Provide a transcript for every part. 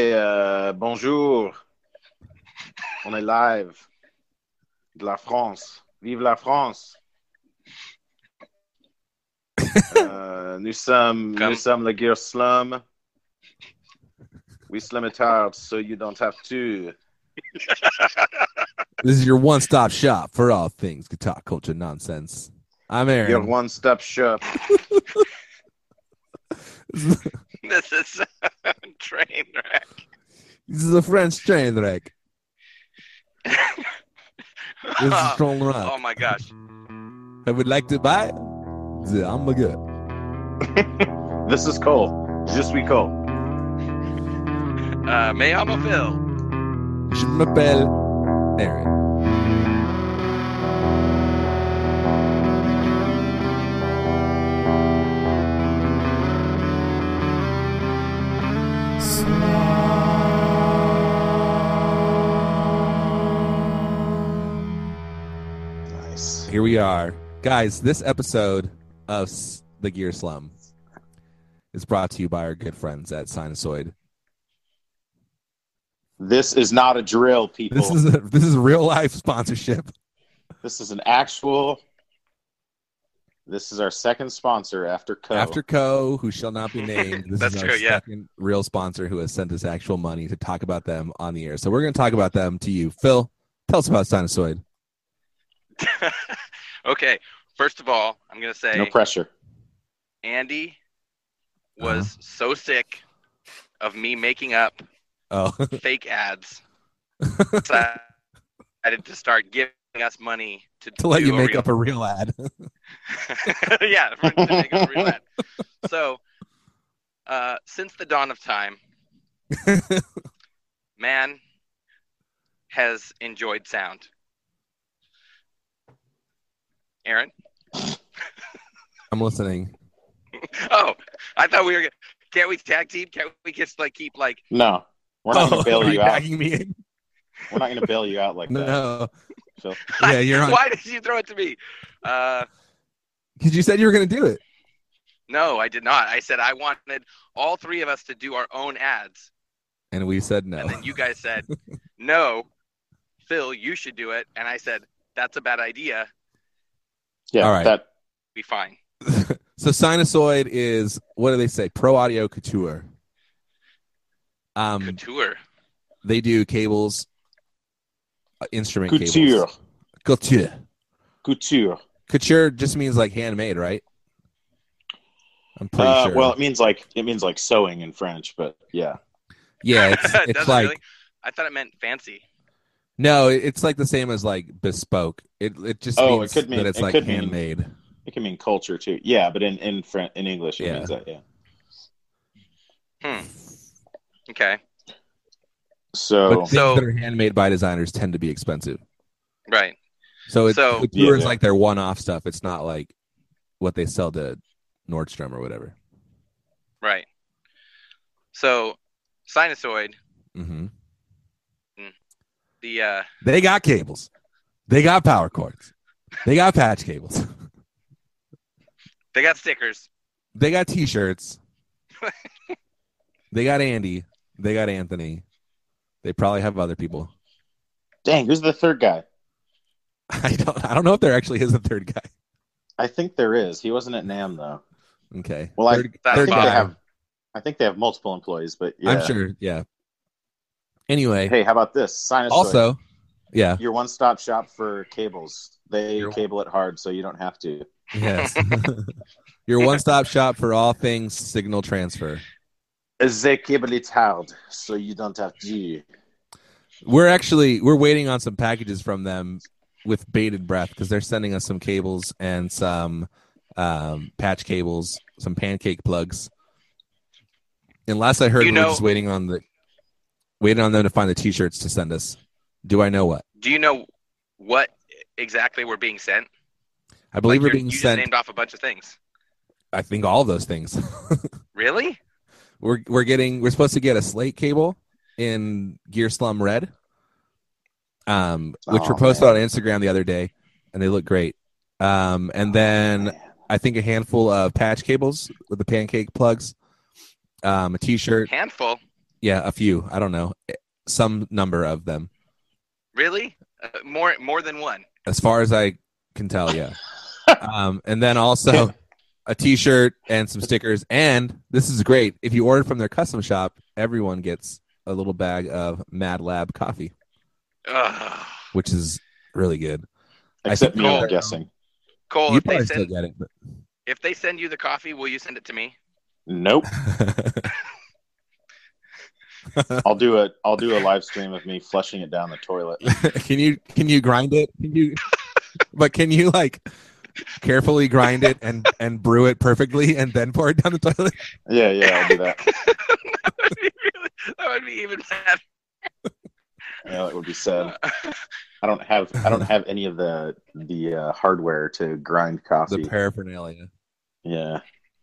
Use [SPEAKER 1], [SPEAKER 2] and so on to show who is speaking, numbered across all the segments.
[SPEAKER 1] Euh, bonjour. On est live de la France. Vive la France. Euh, nous, sommes,
[SPEAKER 2] Comme-
[SPEAKER 1] nous sommes le Gear Slum. We slum it hard so you don't have to.
[SPEAKER 3] This is your one stop shop for all things guitar culture nonsense. I'm
[SPEAKER 1] Your
[SPEAKER 3] Aaron.
[SPEAKER 1] one stop shop.
[SPEAKER 2] This is a train wreck.
[SPEAKER 3] This is a French train wreck. This is Strong
[SPEAKER 2] oh
[SPEAKER 3] Rock.
[SPEAKER 2] my gosh.
[SPEAKER 3] I would like to buy the hamburger.
[SPEAKER 1] This is Cole. Je suis Cole.
[SPEAKER 2] Uh, me llamo Phil.
[SPEAKER 3] Je m'appelle Aaron.
[SPEAKER 1] Nice.
[SPEAKER 3] Here we are. Guys, this episode of S- The Gear Slum is brought to you by our good friends at Sinusoid.
[SPEAKER 1] This is not a drill, people.
[SPEAKER 3] This is a, this is real life sponsorship.
[SPEAKER 1] This is an actual. This is our second sponsor after Co.
[SPEAKER 3] After Co, who shall not be named, this
[SPEAKER 2] That's
[SPEAKER 3] is our
[SPEAKER 2] true, yeah.
[SPEAKER 3] second real sponsor who has sent us actual money to talk about them on the air. So we're going to talk about them to you. Phil, tell us about Sinusoid.
[SPEAKER 2] okay. First of all, I'm going to say
[SPEAKER 1] no pressure.
[SPEAKER 2] Andy
[SPEAKER 3] Uh-huh.
[SPEAKER 2] was so sick of me making up
[SPEAKER 3] Oh,
[SPEAKER 2] fake ads. decided to start giving us money to,
[SPEAKER 3] to let
[SPEAKER 2] do
[SPEAKER 3] you
[SPEAKER 2] a
[SPEAKER 3] make
[SPEAKER 2] real-
[SPEAKER 3] up a real ad.
[SPEAKER 2] yeah, for- to make a real ad. So, uh, since the dawn of time, man has enjoyed sound. Aaron?
[SPEAKER 3] I'm listening.
[SPEAKER 2] Oh, I thought we were. Gonna, can't we tag team? Can't we just like keep like?
[SPEAKER 1] No, we're not going
[SPEAKER 3] Oh,
[SPEAKER 1] to bail
[SPEAKER 3] are
[SPEAKER 1] you out.
[SPEAKER 3] tagging me?
[SPEAKER 1] We're not going to bail you out like that.
[SPEAKER 3] No.
[SPEAKER 1] Phil.
[SPEAKER 3] Yeah, you're on.
[SPEAKER 2] Why did you throw it to me? Uh,
[SPEAKER 3] Because you said you were going to do it.
[SPEAKER 2] no, I did not. I said I wanted all three of us to do our own ads,
[SPEAKER 3] And we said no.
[SPEAKER 2] and then you guys said, "No, Phil, you should do it," and I said, "That's a bad idea."
[SPEAKER 1] Yeah,
[SPEAKER 3] All right.
[SPEAKER 1] that
[SPEAKER 2] Be fine.
[SPEAKER 3] So Sinusoid is, what do they say? Pro Audio Couture. Um,
[SPEAKER 2] Couture.
[SPEAKER 3] They do cables, uh, instrument
[SPEAKER 1] couture,
[SPEAKER 3] cables. Couture.
[SPEAKER 1] couture. Uh,
[SPEAKER 3] Couture just means like handmade, right? I'm pretty
[SPEAKER 1] Uh,
[SPEAKER 3] sure.
[SPEAKER 1] Well, it means like it means like sewing in French, but yeah,
[SPEAKER 3] yeah, it's,
[SPEAKER 2] Does
[SPEAKER 3] it's
[SPEAKER 2] it
[SPEAKER 3] like
[SPEAKER 2] really? I thought it meant fancy.
[SPEAKER 3] no, it's like the same as like bespoke. It it just
[SPEAKER 1] Oh, it
[SPEAKER 3] means
[SPEAKER 1] could mean-
[SPEAKER 3] that it's
[SPEAKER 1] it
[SPEAKER 3] like
[SPEAKER 1] could mean-
[SPEAKER 3] handmade.
[SPEAKER 1] it can mean culture too. Yeah, but in in French, in English, it
[SPEAKER 3] Yeah.
[SPEAKER 1] means that. Yeah.
[SPEAKER 2] Okay,
[SPEAKER 3] But
[SPEAKER 1] So
[SPEAKER 3] things
[SPEAKER 2] So-
[SPEAKER 3] that are handmade by designers tend to be expensive.
[SPEAKER 2] right.
[SPEAKER 3] So it's
[SPEAKER 2] So-
[SPEAKER 3] so, couture
[SPEAKER 1] Yeah,
[SPEAKER 3] is
[SPEAKER 1] yeah.
[SPEAKER 3] like their one-off stuff. It's not like what they sell to Nordstrom or whatever.
[SPEAKER 2] Right. So, sinusoid,
[SPEAKER 3] hmm
[SPEAKER 2] the uh,
[SPEAKER 3] They got cables. They got power cords. They got patch cables.
[SPEAKER 2] they got stickers.
[SPEAKER 3] They got T-shirts. they got Andy. They got Anthony. They probably have other people.
[SPEAKER 1] dang, who's the third guy?
[SPEAKER 3] I don't. I don't know if there actually is a third guy.
[SPEAKER 1] I think there is. He wasn't at Nam though.
[SPEAKER 3] Okay.
[SPEAKER 1] Well, I-
[SPEAKER 3] third,
[SPEAKER 2] I
[SPEAKER 1] I
[SPEAKER 3] third
[SPEAKER 1] think
[SPEAKER 3] guy.
[SPEAKER 1] they have. I think they have multiple employees, but yeah.
[SPEAKER 3] I'm sure. Yeah. Anyway,
[SPEAKER 1] Hey, how about this? Sinusoid.
[SPEAKER 3] also, yeah.
[SPEAKER 1] your one-stop shop for cables. They
[SPEAKER 3] Your-
[SPEAKER 1] cable it hard, so you don't have to.
[SPEAKER 3] Yes. Your one-stop shop for all things signal transfer.
[SPEAKER 1] They cable it hard, so you don't have to.
[SPEAKER 3] We're actually we're waiting on some packages from them with bated breath because they're sending us some cables and some um, patch cables, some pancake plugs. And last I heard,
[SPEAKER 2] You
[SPEAKER 3] we
[SPEAKER 2] know-
[SPEAKER 3] we're just waiting on the waiting on them to find the T-shirts to send us. Do I know what?
[SPEAKER 2] Do you know what exactly were being sent?
[SPEAKER 3] I believe
[SPEAKER 2] Like, you're-
[SPEAKER 3] we're being
[SPEAKER 2] you
[SPEAKER 3] sent.
[SPEAKER 2] just named off a bunch of things.
[SPEAKER 3] I think all of those things.
[SPEAKER 2] Really?
[SPEAKER 3] we're we're getting we're supposed to get a slate cable in Gear Slum Red, um, which
[SPEAKER 1] Oh,
[SPEAKER 3] were posted
[SPEAKER 1] man.
[SPEAKER 3] on Instagram the other day, and they look great. Um, and then
[SPEAKER 1] Man.
[SPEAKER 3] I think a handful of patch cables with the pancake plugs, um, a T-shirt.
[SPEAKER 2] Handful.
[SPEAKER 3] Yeah, a few. I don't know. Some number of them.
[SPEAKER 2] Really? Uh, more more than one.
[SPEAKER 3] as far as I can tell, yeah. um, and then also a T-shirt and some stickers. And this is great. If you order from their custom shop, everyone gets a little bag of Mad Lab coffee,
[SPEAKER 2] Ugh.
[SPEAKER 3] which is really good. I
[SPEAKER 1] Except
[SPEAKER 3] think
[SPEAKER 1] me, I'm
[SPEAKER 2] Cole-
[SPEAKER 1] guessing.
[SPEAKER 2] Cole,
[SPEAKER 3] you
[SPEAKER 2] if they
[SPEAKER 3] probably still
[SPEAKER 2] send
[SPEAKER 3] get it. But
[SPEAKER 2] if they send you the coffee, will you send it to me?
[SPEAKER 1] Nope. I'll do a I'll do a live stream of me flushing it down the toilet.
[SPEAKER 3] can you can you grind it? Can you? but can you like carefully grind it and and brew it perfectly and then pour it down the toilet?
[SPEAKER 1] Yeah, yeah, I'll do that.
[SPEAKER 2] that, would be really- that would be even better.
[SPEAKER 1] Yeah, that would be sad. I don't have I don't have any of the the uh, hardware to grind coffee.
[SPEAKER 3] The paraphernalia.
[SPEAKER 1] yeah.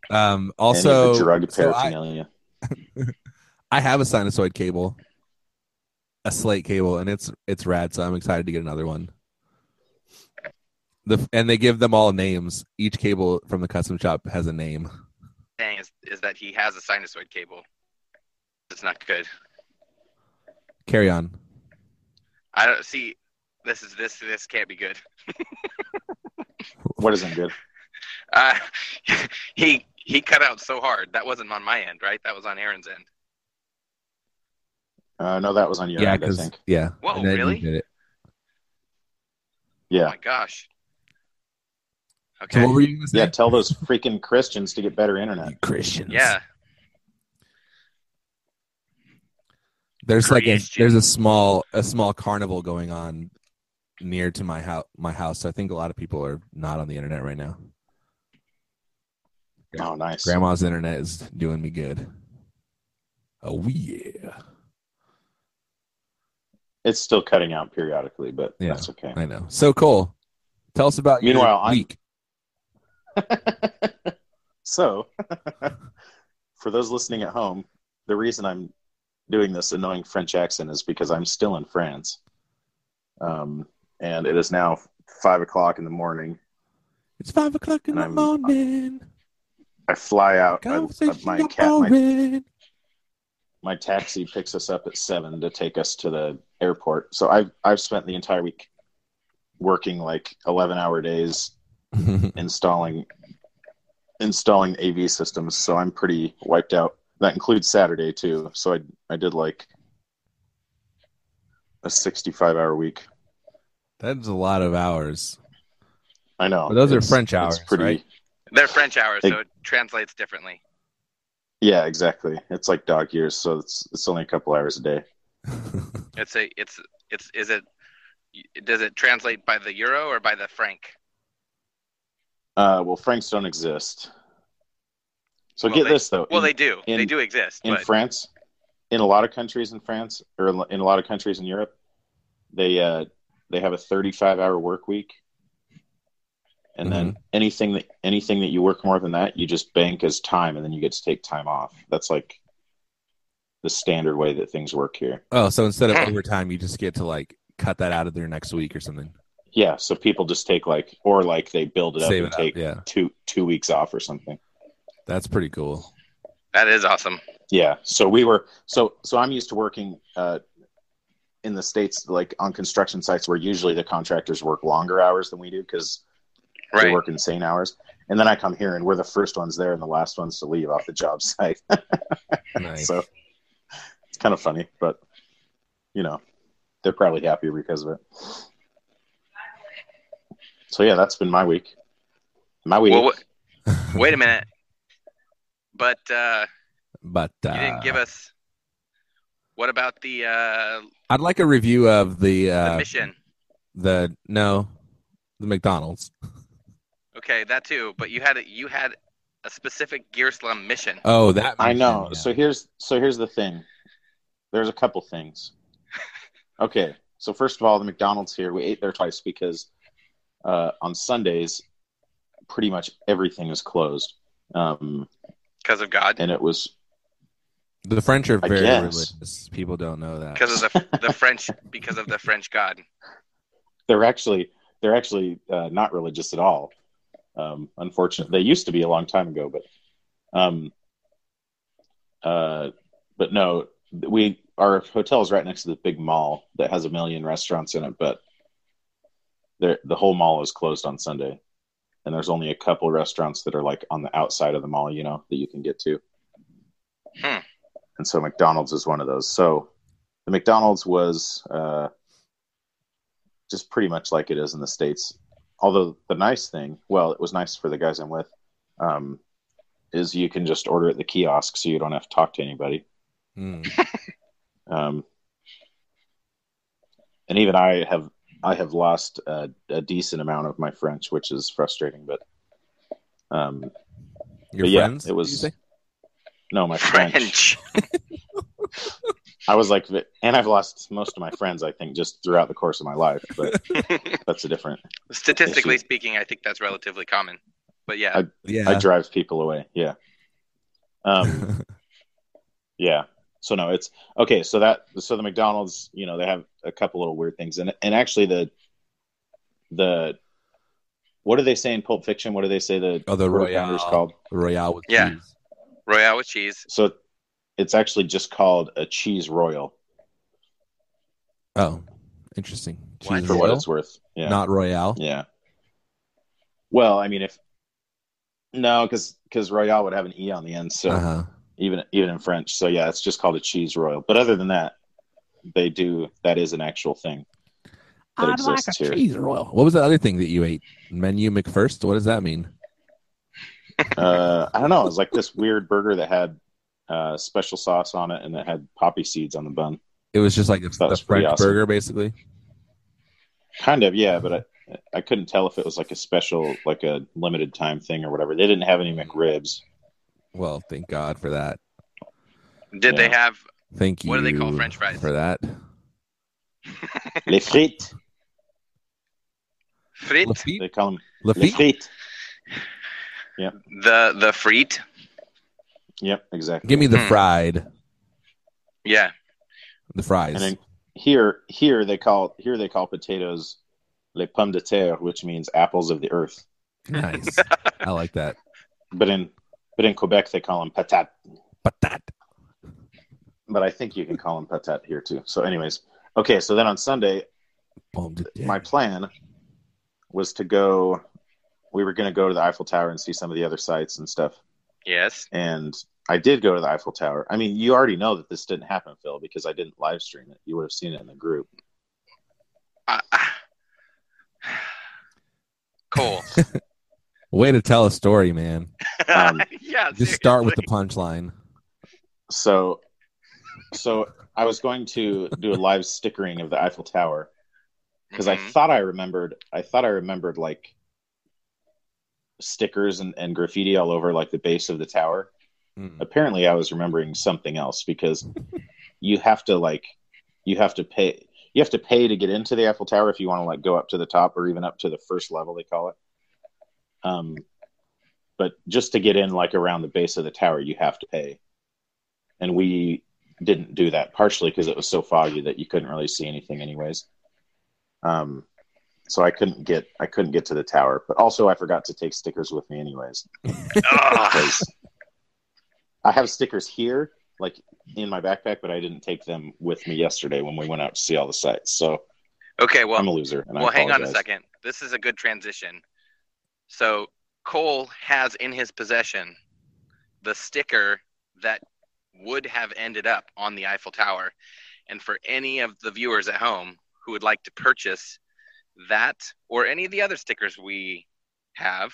[SPEAKER 3] Um,
[SPEAKER 1] Any of
[SPEAKER 3] also,
[SPEAKER 1] the drug
[SPEAKER 3] so I-
[SPEAKER 1] paraphernalia.
[SPEAKER 3] I have a sinusoid cable, a slate cable, and it's it's rad. So I'm excited to get another one. The and they give them all names. Each cable from the custom shop has a name.
[SPEAKER 2] Thing is, is that he has a sinusoid cable. It's not good.
[SPEAKER 3] Carry on.
[SPEAKER 2] I don't see. This is this this can't be good.
[SPEAKER 1] What isn't good?
[SPEAKER 2] Uh, he he cut out so hard. That wasn't on my end, right? That was on Aaron's end.
[SPEAKER 1] Uh, no, that was on your
[SPEAKER 3] yeah,
[SPEAKER 1] end, I
[SPEAKER 3] because
[SPEAKER 1] think.
[SPEAKER 3] yeah.
[SPEAKER 2] Whoa,
[SPEAKER 3] and then you
[SPEAKER 2] really?
[SPEAKER 3] did it.
[SPEAKER 2] Oh
[SPEAKER 1] Yeah.
[SPEAKER 2] my gosh.
[SPEAKER 3] So
[SPEAKER 2] Okay.
[SPEAKER 3] what were you gonna say?
[SPEAKER 1] Yeah, tell those freaking Christians to get better internet.
[SPEAKER 3] You Christians.
[SPEAKER 2] yeah.
[SPEAKER 3] There's like a,
[SPEAKER 2] Christians.
[SPEAKER 3] there's a small a small carnival going on near to my house my house. So I think a lot of people are not on the internet right now. Yeah.
[SPEAKER 1] Oh, nice.
[SPEAKER 3] Grandma's internet is doing me good. Oh yeah.
[SPEAKER 1] It's still cutting out periodically, but
[SPEAKER 3] Yeah.
[SPEAKER 1] that's okay.
[SPEAKER 3] I know. So Cole, tell us about
[SPEAKER 1] Meanwhile,
[SPEAKER 3] your
[SPEAKER 1] I'm-
[SPEAKER 3] week.
[SPEAKER 1] So, for those listening at home, the reason I'm doing this annoying French accent is because I'm still in France. Um, and it is now five o'clock in the morning.
[SPEAKER 3] It's five o'clock in
[SPEAKER 1] and
[SPEAKER 3] the
[SPEAKER 1] I'm-
[SPEAKER 3] morning.
[SPEAKER 1] I fly out. I, I-
[SPEAKER 3] Conversation
[SPEAKER 1] my,
[SPEAKER 3] about
[SPEAKER 1] cat, my,
[SPEAKER 3] Oren.
[SPEAKER 1] my taxi picks us up at seven to take us to the airport. So I've I've spent the entire week working like eleven hour days installing installing AV systems, so I'm pretty wiped out. That includes Saturday too. So I I did like a 65 hour week.
[SPEAKER 3] That's a lot of hours.
[SPEAKER 1] I know.
[SPEAKER 3] But those are
[SPEAKER 1] It's- it's
[SPEAKER 3] French hours, right?
[SPEAKER 2] They're French hours,
[SPEAKER 1] Hey.
[SPEAKER 2] so it translates differently.
[SPEAKER 1] Yeah, exactly. It's like dog years, so it's it's only a couple hours a day.
[SPEAKER 2] It's a it's it's is it does it translate by the euro or by the franc?
[SPEAKER 1] Uh, well, francs don't exist. So
[SPEAKER 2] Well,
[SPEAKER 1] get
[SPEAKER 2] they-
[SPEAKER 1] this though.
[SPEAKER 2] Well,
[SPEAKER 1] in,
[SPEAKER 2] they do. they
[SPEAKER 1] in-
[SPEAKER 2] do exist,
[SPEAKER 1] in
[SPEAKER 2] but
[SPEAKER 1] France, in a lot of countries in France, or in- in a lot of countries in Europe, they uh, they have a 35 hour work week, and
[SPEAKER 3] Mm-hmm.
[SPEAKER 1] then anything that anything that you work more than that, you just bank as time, and then you get to take time off. That's like the standard way that things work here.
[SPEAKER 3] oh, so instead of overtime, you just get to like cut that out of their next week or something.
[SPEAKER 1] Yeah, so people just take like, or like they build it up
[SPEAKER 3] Save
[SPEAKER 1] and
[SPEAKER 3] it up.
[SPEAKER 1] take
[SPEAKER 3] Yeah,
[SPEAKER 1] two two weeks off or something.
[SPEAKER 3] that's pretty cool.
[SPEAKER 2] that is awesome.
[SPEAKER 1] Yeah. So we were so so I'm used to working uh in the states like on construction sites where usually the contractors work longer hours than we do because they
[SPEAKER 2] Right.
[SPEAKER 1] work insane hours. And then I come here and we're the first ones there and the last ones to leave off the job site.
[SPEAKER 3] Nice.
[SPEAKER 1] so it's kind of funny, but you know, they're probably happier because of it. So yeah, that's been my week. My week.
[SPEAKER 2] Well, wh- wait a minute. But uh,
[SPEAKER 3] but uh,
[SPEAKER 2] you didn't give us. What about the uh,
[SPEAKER 3] I'd like a review of the
[SPEAKER 2] the
[SPEAKER 3] uh,
[SPEAKER 2] mission?
[SPEAKER 3] the no, the McDonald's.
[SPEAKER 2] Okay, that too. But you had a, you had a specific Gear Slum mission.
[SPEAKER 3] Oh, that
[SPEAKER 1] I know.
[SPEAKER 3] yeah.
[SPEAKER 1] So here's so here's the thing. There's a couple things. Okay. So first of all, the McDonald's here, we ate there twice because uh, on Sundays, pretty much everything is closed, um,
[SPEAKER 2] Because of God.
[SPEAKER 1] and it was
[SPEAKER 3] the French are
[SPEAKER 1] I
[SPEAKER 3] very
[SPEAKER 1] guess.
[SPEAKER 3] religious. People don't know that.
[SPEAKER 2] Because of the, the French. Because of the French God.
[SPEAKER 1] they're actually they're actually uh, not religious at all. Um, unfortunately, they used to be a long time ago, but um, uh, but no, we our hotel is right next to the big mall that has a million restaurants in it, but there the whole mall is closed on Sunday, and there's only a couple restaurants that are like on the outside of the mall, you know, that you can get to.
[SPEAKER 2] Hmm.
[SPEAKER 1] And so McDonald's is one of those. So the McDonald's was uh, just pretty much like it is in the states. Although the nice thing, well, it was nice for the guys I'm with, um, is you can just order at the kiosk, so you don't have to talk to anybody.
[SPEAKER 3] Mm.
[SPEAKER 1] Um, and even I have I have lost a, a decent amount of my French, which is frustrating. But um,
[SPEAKER 3] Your
[SPEAKER 1] But yeah,
[SPEAKER 3] friends?
[SPEAKER 1] it
[SPEAKER 3] did you
[SPEAKER 1] was-
[SPEAKER 3] say?
[SPEAKER 1] no, my French.
[SPEAKER 2] French.
[SPEAKER 1] I was like, and I've lost most of my friends. I think just throughout the course of my life, but that's a different.
[SPEAKER 2] Statistically
[SPEAKER 1] Issue.
[SPEAKER 2] speaking, I think that's relatively common. But yeah,
[SPEAKER 1] I-
[SPEAKER 3] Yeah.
[SPEAKER 1] I drive people away. Yeah. Um, Yeah. So no, it's okay. So that so the McDonald's, you know, they have a couple little weird things, and and actually the the what do they say in Pulp Fiction? What do they say the
[SPEAKER 3] oh, the
[SPEAKER 1] quarter pounder's
[SPEAKER 3] Royale.
[SPEAKER 1] called?
[SPEAKER 3] Royale with
[SPEAKER 2] Yeah.
[SPEAKER 3] cheese.
[SPEAKER 2] Royale with cheese.
[SPEAKER 1] So it's actually just called a cheese royal
[SPEAKER 3] Oh, interesting. Cheese
[SPEAKER 2] What?
[SPEAKER 1] for what
[SPEAKER 3] Royale?
[SPEAKER 1] it's worth. Yeah,
[SPEAKER 3] Not Royale.
[SPEAKER 1] yeah. Well, I mean, if no, because because royale would have an e on the end, so
[SPEAKER 3] Uh-huh.
[SPEAKER 1] even even in French. So yeah, it's just called a cheese royal. But other than that, they do that is an actual thing. That I'd like exists a here.
[SPEAKER 3] cheese royal. What was the other thing that you ate? Menu McFirst? What does that mean?
[SPEAKER 1] uh, I don't know. It was like this weird burger that had uh, special sauce on it and that had poppy seeds on the bun.
[SPEAKER 3] It was just like a,
[SPEAKER 1] That
[SPEAKER 3] a
[SPEAKER 1] was pretty
[SPEAKER 3] French
[SPEAKER 1] awesome.
[SPEAKER 3] burger, basically.
[SPEAKER 1] Kind of, yeah, but I, I couldn't tell if it was like a special, like a limited time thing or whatever. They didn't have any McRibs.
[SPEAKER 3] Well, thank God for that.
[SPEAKER 2] Did they
[SPEAKER 1] Yeah.
[SPEAKER 2] have?
[SPEAKER 3] Thank you.
[SPEAKER 2] What do they call french fries?
[SPEAKER 3] For that.
[SPEAKER 1] Les frites.
[SPEAKER 2] Frit,
[SPEAKER 1] They call them les
[SPEAKER 3] Lafitte?
[SPEAKER 1] frites.
[SPEAKER 2] the the frit,
[SPEAKER 1] Yep, exactly.
[SPEAKER 3] Give me the
[SPEAKER 2] Hmm.
[SPEAKER 3] fried.
[SPEAKER 2] yeah,
[SPEAKER 3] The fries.
[SPEAKER 1] And then here, here they call here they call potatoes les pommes de terre, which means apples of the earth.
[SPEAKER 3] Nice. I like that.
[SPEAKER 1] But in but in Quebec they call them patat.
[SPEAKER 3] But that.
[SPEAKER 1] But I think you can call them patat here too. So, anyways, okay. So then on Sunday,
[SPEAKER 3] Bomb to death.
[SPEAKER 1] my plan was to go we were going to go to the eiffel tower and see some of the other sites and stuff
[SPEAKER 2] yes,
[SPEAKER 1] and i did go to the eiffel tower i mean you already know that this didn't happen phil because i didn't live stream it you would have seen it in the group
[SPEAKER 2] uh, cool.
[SPEAKER 3] Way to tell a story, man.
[SPEAKER 1] Um,
[SPEAKER 2] yeah,
[SPEAKER 3] Just start with the punchline.
[SPEAKER 1] so so i was going to do a live stickering of the eiffel tower because
[SPEAKER 2] Mm-hmm.
[SPEAKER 1] I thought I remembered. I thought I remembered like stickers and, and graffiti all over like the base of the tower.
[SPEAKER 3] Mm.
[SPEAKER 1] Apparently, I was remembering something else because you have to like you have to pay you have to pay to get into the Eiffel Tower if you want to like go up to the top or even up to the first level they call it. Um, but just to get in like around the base of the tower, you have to pay, and we didn't do that partially because it was so foggy that you couldn't really see anything anyways um, so I couldn't get I couldn't get to the tower. But also, I forgot to take stickers with me, anyways,
[SPEAKER 2] Ugh.
[SPEAKER 1] because I have stickers here, like in my backpack, but I didn't take them with me yesterday when we went out to see all the sites. So
[SPEAKER 2] okay, well,
[SPEAKER 1] I'm a loser. And I
[SPEAKER 2] well, hang on a
[SPEAKER 1] apologize.
[SPEAKER 2] second. This is a good transition. So Cole has in his possession the sticker that would have ended up on the Eiffel Tower, and for any of the viewers at home who would like to purchase that or any of the other stickers we have,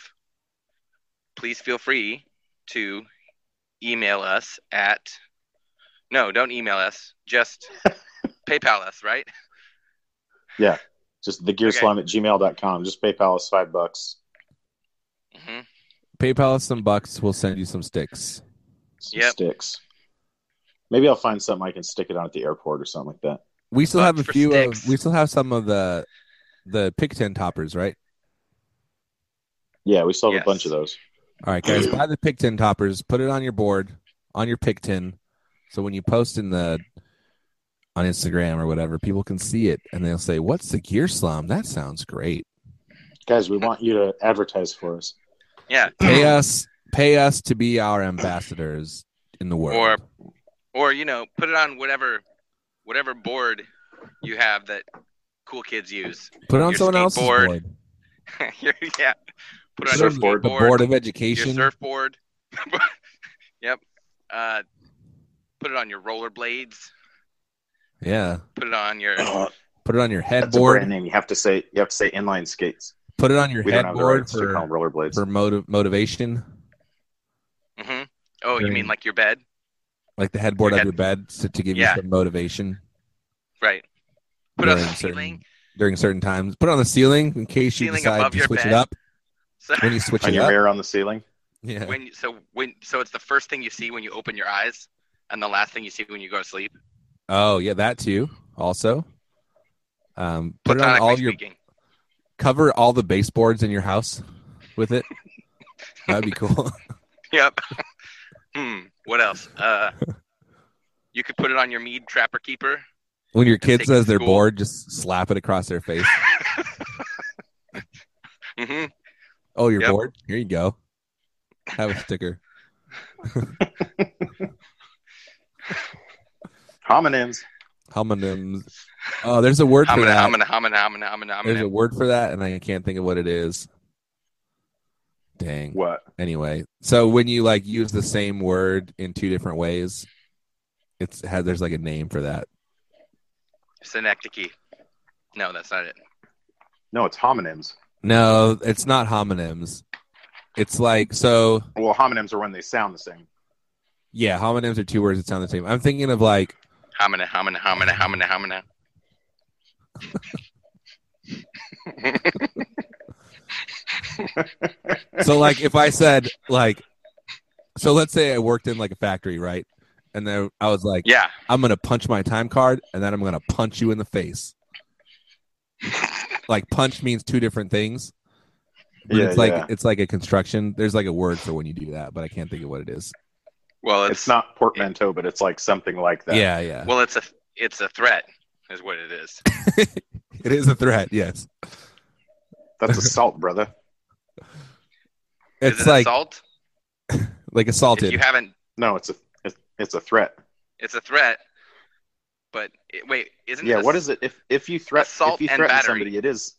[SPEAKER 2] please feel free to email us at. No, don't email us. Just PayPal us, right?
[SPEAKER 1] Just the gearslum at gmail.com. Just PayPal us five bucks.
[SPEAKER 2] hmm
[SPEAKER 3] PayPal us some bucks. We'll send you some sticks.
[SPEAKER 1] Some
[SPEAKER 2] Yep.
[SPEAKER 1] Sticks. Maybe I'll find something I can stick it on at the airport or something like that.
[SPEAKER 3] We still have a
[SPEAKER 2] Bucks for
[SPEAKER 3] few
[SPEAKER 2] sticks.
[SPEAKER 3] of. We still have some of the the pick ten toppers, right?
[SPEAKER 1] Yeah, we still have
[SPEAKER 2] Yes.
[SPEAKER 1] a bunch of those.
[SPEAKER 3] All right, guys, buy the pick tin toppers. Put it on your board, on your pick tin, so when you post in the on Instagram or whatever, people can see it and they'll say, "What's the gear slum? That sounds great."
[SPEAKER 1] Guys, we want you to advertise for us.
[SPEAKER 2] Yeah.
[SPEAKER 3] Pay us, pay us to be our ambassadors in the world.
[SPEAKER 2] Or or you know, put it on whatever whatever board you have that cool kids use.
[SPEAKER 3] Put it on
[SPEAKER 2] Your
[SPEAKER 3] someone else's
[SPEAKER 2] skateboard,
[SPEAKER 3] board.
[SPEAKER 2] Your- yeah, put it on
[SPEAKER 3] Your
[SPEAKER 2] your
[SPEAKER 1] surfboard.
[SPEAKER 2] skateboard,
[SPEAKER 3] The board of
[SPEAKER 2] your
[SPEAKER 3] education.
[SPEAKER 2] surfboard. yep. Uh, put it on your rollerblades.
[SPEAKER 3] Yeah.
[SPEAKER 2] Put it on
[SPEAKER 3] Uh,
[SPEAKER 2] your
[SPEAKER 3] Oh. Put it on your
[SPEAKER 1] That's a brand
[SPEAKER 3] headboard.
[SPEAKER 1] name. You have to say you have to say inline skates.
[SPEAKER 3] Put it on your
[SPEAKER 1] We don't have the
[SPEAKER 3] headboard
[SPEAKER 1] rights to call
[SPEAKER 3] for,
[SPEAKER 1] them rollerblades.
[SPEAKER 3] for motiv- motivation.
[SPEAKER 2] hmm Oh, you
[SPEAKER 3] Very-
[SPEAKER 2] mean like your bed?
[SPEAKER 3] Like the headboard
[SPEAKER 2] Your
[SPEAKER 3] of your bed to, to give
[SPEAKER 2] Yeah.
[SPEAKER 3] you some motivation
[SPEAKER 2] Right. Put it on the
[SPEAKER 3] During certain-
[SPEAKER 2] ceiling.
[SPEAKER 3] during certain times. Put it on the ceiling in case you
[SPEAKER 2] Ceiling
[SPEAKER 3] decide
[SPEAKER 2] above
[SPEAKER 3] to
[SPEAKER 2] your
[SPEAKER 3] switch it
[SPEAKER 2] bed.
[SPEAKER 3] up.
[SPEAKER 2] So
[SPEAKER 3] When you switch
[SPEAKER 1] on
[SPEAKER 3] it
[SPEAKER 1] your
[SPEAKER 3] up.
[SPEAKER 1] mirror on the ceiling.
[SPEAKER 3] Yeah.
[SPEAKER 2] when you- so when so it's the first thing you see when you open your eyes and the last thing you see when you go to sleep.
[SPEAKER 3] Oh yeah, that too. Also, um, put it on
[SPEAKER 2] Platonically
[SPEAKER 3] all your
[SPEAKER 2] speaking.
[SPEAKER 3] cover all the baseboards in your house with it. That'd be cool.
[SPEAKER 2] Yep. hmm. What else? Uh, you could put it on your mead trapper keeper.
[SPEAKER 3] when your kid
[SPEAKER 2] Take
[SPEAKER 3] says they're
[SPEAKER 2] school.
[SPEAKER 3] bored, just slap it across their face.
[SPEAKER 2] hmm
[SPEAKER 3] Oh, you're
[SPEAKER 2] Yep.
[SPEAKER 3] bored? Here you go. Have a sticker.
[SPEAKER 1] Homonyms.
[SPEAKER 3] Homonyms. Oh, there's a word for
[SPEAKER 2] Homina,
[SPEAKER 3] that.
[SPEAKER 2] homina, homina, homina, homina,
[SPEAKER 3] There's a
[SPEAKER 2] homina.
[SPEAKER 3] word for that, and I can't think of what it is. Dang.
[SPEAKER 1] What?
[SPEAKER 3] Anyway, so when you like use the same word in two different ways, it's has there's like a name for that.
[SPEAKER 2] Synecdoche. No, that's not it.
[SPEAKER 1] No, it's homonyms.
[SPEAKER 3] No, it's not homonyms. It's like so
[SPEAKER 1] Well, homonyms are when they sound the same.
[SPEAKER 3] yeah, homonyms are two words that sound the same. I'm thinking of like
[SPEAKER 2] Homina, homina, homina, homina, homina.
[SPEAKER 3] so like if I said like so let's say I worked in like a factory, right? And then I was like,
[SPEAKER 2] yeah.
[SPEAKER 3] I'm gonna punch my time card and then I'm gonna punch you in the face. Like punch means two different things. But
[SPEAKER 1] Yeah,
[SPEAKER 3] it's like
[SPEAKER 1] yeah.
[SPEAKER 3] it's like a construction. There's like a word for when you do that, but I can't think of what it is.
[SPEAKER 2] Well,
[SPEAKER 1] It's,
[SPEAKER 2] it's,
[SPEAKER 1] not portmanteau, but it's like something like that.
[SPEAKER 3] Yeah, yeah.
[SPEAKER 2] Well, it's a it's a threat, is what it is.
[SPEAKER 3] It is a threat, yes.
[SPEAKER 1] That's assault, brother.
[SPEAKER 2] Is
[SPEAKER 3] It's
[SPEAKER 2] it
[SPEAKER 3] like
[SPEAKER 2] assault.
[SPEAKER 3] like
[SPEAKER 2] If you
[SPEAKER 3] assaulted.
[SPEAKER 2] haven't,
[SPEAKER 1] No, it's a it's, it's a threat.
[SPEAKER 2] it's a threat. But it, wait, isn't
[SPEAKER 1] Yeah.
[SPEAKER 2] ass-
[SPEAKER 1] What is it? If if you threat
[SPEAKER 2] Assault
[SPEAKER 1] if you
[SPEAKER 2] and
[SPEAKER 1] threaten
[SPEAKER 2] battery.
[SPEAKER 1] somebody, it is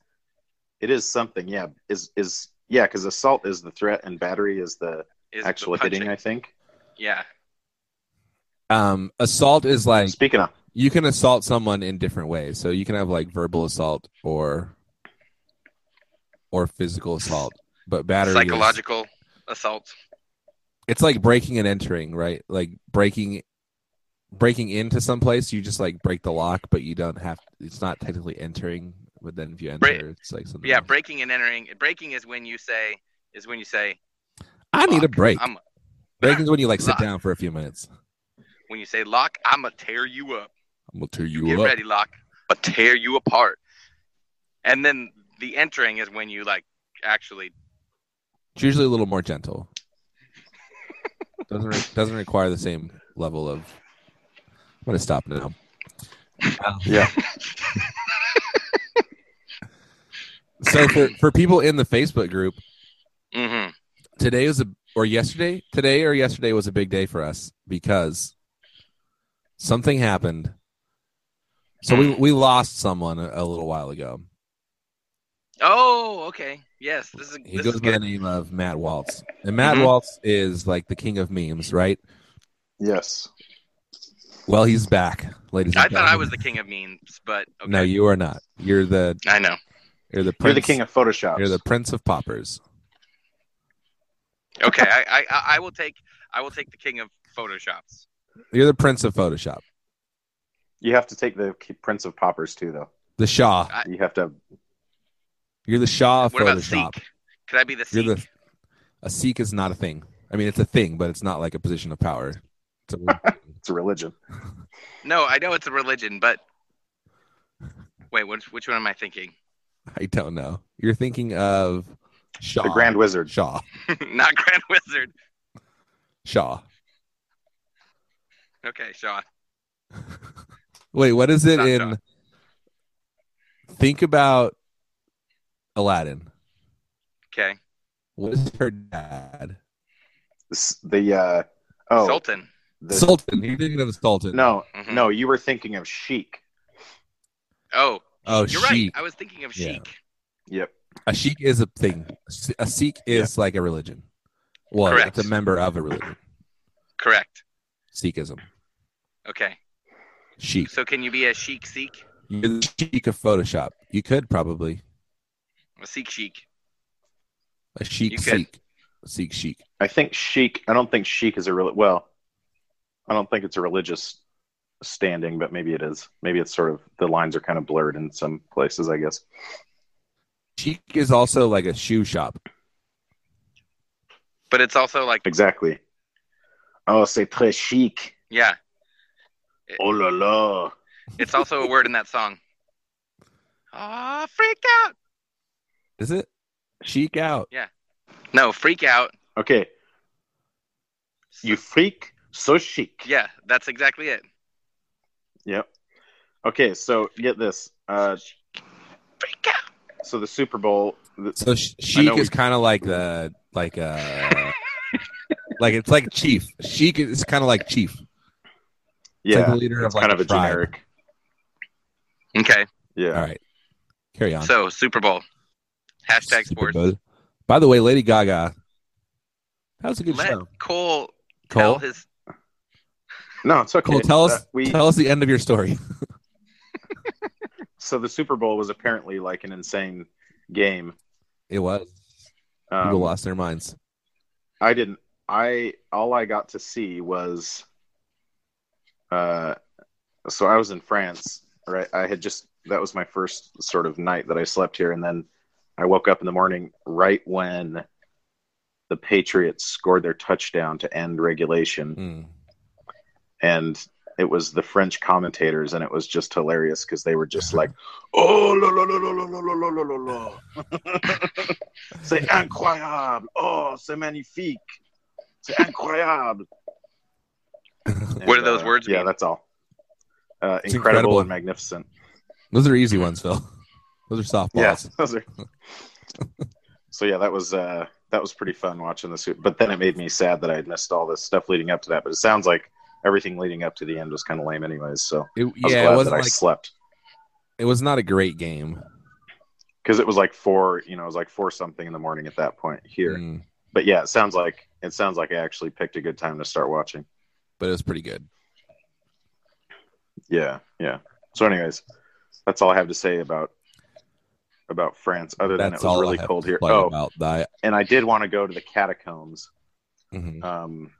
[SPEAKER 1] it is something. Yeah. Is is yeah? Because assault is the threat and battery is the
[SPEAKER 2] is the
[SPEAKER 1] actual
[SPEAKER 2] punching.
[SPEAKER 1] hitting. I think.
[SPEAKER 2] Yeah,
[SPEAKER 3] Um assault is like
[SPEAKER 1] Speaking of,
[SPEAKER 3] you can assault someone in different ways. So you can have like verbal assault or or physical assault. But battery is-
[SPEAKER 2] psychological assault.
[SPEAKER 3] it's like breaking and entering, right? Like breaking breaking into some place, you just like break the lock, but you don't have it's not technically entering, but then if you enter,
[SPEAKER 2] Break-
[SPEAKER 3] it's like something.
[SPEAKER 2] Yeah,
[SPEAKER 3] else.
[SPEAKER 2] breaking and entering. Breaking is when you say is when you say
[SPEAKER 3] I need a
[SPEAKER 2] lock.
[SPEAKER 3] break.
[SPEAKER 2] I'm
[SPEAKER 3] Breaking's when you like sit
[SPEAKER 2] Lock.
[SPEAKER 3] down for a few minutes.
[SPEAKER 2] when you say lock. I'ma tear you up.
[SPEAKER 3] I'm gonna tear
[SPEAKER 2] You,
[SPEAKER 3] you,
[SPEAKER 2] get
[SPEAKER 3] up.
[SPEAKER 2] ready, lock. But tear you apart. And then the entering is when you like actually.
[SPEAKER 3] It's usually a little more gentle. doesn't re- doesn't require the same level of. I'm gonna stop now. Um,
[SPEAKER 1] yeah,
[SPEAKER 3] So for for people in the Facebook group,
[SPEAKER 2] hmm
[SPEAKER 3] today was a or yesterday today or yesterday was a big day for us because something happened so we we lost someone a, a little while ago
[SPEAKER 2] Oh, okay. Yes, this is
[SPEAKER 3] he
[SPEAKER 2] this
[SPEAKER 3] goes
[SPEAKER 2] is
[SPEAKER 3] by the
[SPEAKER 2] good.
[SPEAKER 3] name of matt waltz and matt
[SPEAKER 2] Mhm.
[SPEAKER 3] waltz is like the king of memes right
[SPEAKER 1] yes.
[SPEAKER 3] well he's back ladies and
[SPEAKER 2] I thought I
[SPEAKER 3] gentlemen.
[SPEAKER 2] was the king of memes, but okay.
[SPEAKER 3] no you are not you're the
[SPEAKER 2] I know.
[SPEAKER 3] you're the prince,
[SPEAKER 1] You're the king of Photoshop.
[SPEAKER 3] you're the prince of poppers
[SPEAKER 2] Okay, I, I- I I will take I will take the king of photoshops.
[SPEAKER 3] you're the prince of photoshop
[SPEAKER 1] You have to take the Prince of Poppers too, though.
[SPEAKER 3] the shaw
[SPEAKER 2] I-
[SPEAKER 1] You have to.
[SPEAKER 3] you're the shaw of
[SPEAKER 2] What about
[SPEAKER 3] photoshop
[SPEAKER 2] Seek? Could I be the
[SPEAKER 3] You're
[SPEAKER 2] Seek?
[SPEAKER 3] the a Sikh is not a thing. I mean, it's a thing, but it's not like a position of power. It's a-
[SPEAKER 1] It's a religion.
[SPEAKER 2] No, I know it's a religion, but wait, which which one am I thinking?
[SPEAKER 3] I don't know. You're thinking of Shaw.
[SPEAKER 1] The Grand Wizard.
[SPEAKER 3] Shaw.
[SPEAKER 2] Not Grand Wizard.
[SPEAKER 3] Shaw.
[SPEAKER 2] Okay, Sean.
[SPEAKER 3] Wait, what is it
[SPEAKER 2] Not
[SPEAKER 3] in?
[SPEAKER 2] Shaw.
[SPEAKER 3] Think about Aladdin.
[SPEAKER 2] Okay,
[SPEAKER 3] What is her dad?
[SPEAKER 1] S- The uh, oh
[SPEAKER 2] Sultan.
[SPEAKER 1] the,
[SPEAKER 3] Sultan. You're thinking of Sultan.
[SPEAKER 1] no,
[SPEAKER 2] Mhm.
[SPEAKER 1] no, you were thinking of Sheik.
[SPEAKER 2] Oh,
[SPEAKER 3] Oh,
[SPEAKER 2] you're right.
[SPEAKER 3] sheik.
[SPEAKER 2] I was thinking of
[SPEAKER 3] Yeah.
[SPEAKER 2] Sheik.
[SPEAKER 1] Yep.
[SPEAKER 3] A sheik is a thing. A Sikh is like a religion. Well,
[SPEAKER 2] Correct.
[SPEAKER 3] it's a member of a religion.
[SPEAKER 2] Correct.
[SPEAKER 3] Sikhism.
[SPEAKER 2] Okay.
[SPEAKER 3] Sheik.
[SPEAKER 2] So can you be a Sheik Sikh?
[SPEAKER 3] You're the sheik of Photoshop. You could probably.
[SPEAKER 2] A Sikh Sheik.
[SPEAKER 3] A
[SPEAKER 2] You
[SPEAKER 3] sheik
[SPEAKER 2] could.
[SPEAKER 3] Sikh. Sikh sheik.
[SPEAKER 1] I think Sheik. I don't think Sheik is a real. Well, I don't think it's a religious standing, but maybe it is. Maybe it's sort of the lines are kind of blurred in some places. I guess.
[SPEAKER 3] Sheik is also like a shoe shop.
[SPEAKER 2] But it's also like,
[SPEAKER 1] Exactly. Oh, c'est très chic.
[SPEAKER 2] yeah,
[SPEAKER 1] Oh la la.
[SPEAKER 2] it's also a word in that song. Ah, freak out.
[SPEAKER 3] Is it? Sheik out.
[SPEAKER 2] No, freak out.
[SPEAKER 1] Okay, you freak, so chic.
[SPEAKER 2] Yeah, that's exactly it.
[SPEAKER 1] Yep. Okay, so get this. Uh,
[SPEAKER 2] Freak out.
[SPEAKER 1] so the Super Bowl. The,
[SPEAKER 3] So sh- Sheik
[SPEAKER 1] know
[SPEAKER 3] is
[SPEAKER 1] we-
[SPEAKER 3] kind of like the like uh like it's like chief. Sheik is kind of like chief. It's like
[SPEAKER 1] yeah,
[SPEAKER 3] the leader
[SPEAKER 1] it's
[SPEAKER 3] of like
[SPEAKER 1] kind of a
[SPEAKER 3] tribe.
[SPEAKER 1] generic.
[SPEAKER 2] Okay.
[SPEAKER 1] Yeah.
[SPEAKER 3] All right, carry on.
[SPEAKER 2] So Super Bowl. Hashtag
[SPEAKER 3] Super
[SPEAKER 2] sports.
[SPEAKER 3] Bowl. By the way, Lady Gaga. That was a good
[SPEAKER 2] Let
[SPEAKER 3] show.
[SPEAKER 2] Cole, tell
[SPEAKER 3] Cole,
[SPEAKER 2] his.
[SPEAKER 1] No, it's okay.
[SPEAKER 3] Cole, tell us
[SPEAKER 1] Uh, we,
[SPEAKER 3] tell us the end of your story.
[SPEAKER 1] so the Super Bowl was apparently like an insane game.
[SPEAKER 3] It was. People
[SPEAKER 1] Um,
[SPEAKER 3] lost their minds.
[SPEAKER 1] I didn't. I all I got to see was. Uh, so I was in France, right? I had just that was my first sort of night that I slept here, and then I woke up in the morning right when the Patriots scored their touchdown to end regulation.
[SPEAKER 3] Mm.
[SPEAKER 1] and it was the French commentators, and it was just hilarious because they were just like, "Oh, la la la la la la la la la la la, c'est incroyable! Oh, c'est magnifique! C'est incroyable!"
[SPEAKER 2] What do
[SPEAKER 1] And,
[SPEAKER 2] those
[SPEAKER 1] uh,
[SPEAKER 2] words
[SPEAKER 1] Yeah,
[SPEAKER 2] mean?
[SPEAKER 1] that's all. Uh,
[SPEAKER 3] It's
[SPEAKER 1] incredible,
[SPEAKER 3] incredible.
[SPEAKER 1] and magnificent.
[SPEAKER 3] Those are easy ones, Phil. Those are
[SPEAKER 1] Yeah,
[SPEAKER 3] softballs.
[SPEAKER 1] those are. so yeah, that was uh, that was pretty fun watching the suit. But then it made me sad that I had missed all this stuff leading up to that. But it sounds like everything leading up to the end was kind of lame, anyways. So
[SPEAKER 3] It,
[SPEAKER 1] I was
[SPEAKER 3] yeah,
[SPEAKER 1] glad
[SPEAKER 3] it
[SPEAKER 1] that
[SPEAKER 3] wasn't
[SPEAKER 1] I
[SPEAKER 3] like
[SPEAKER 1] slept.
[SPEAKER 3] it was not a great game.
[SPEAKER 1] because it was like four you know it was like four something in the morning at that point here
[SPEAKER 3] Mm,
[SPEAKER 1] but yeah it sounds like it sounds like i actually picked a good time to start watching
[SPEAKER 3] but it was pretty good.
[SPEAKER 1] yeah yeah so anyways that's all i have to say about about france other than
[SPEAKER 3] That's
[SPEAKER 1] it was
[SPEAKER 3] all
[SPEAKER 1] really
[SPEAKER 3] I have
[SPEAKER 1] cold
[SPEAKER 3] to
[SPEAKER 1] here
[SPEAKER 3] plug
[SPEAKER 1] oh
[SPEAKER 3] about that.
[SPEAKER 1] and i did want to go to the catacombs
[SPEAKER 3] Mhm.
[SPEAKER 1] um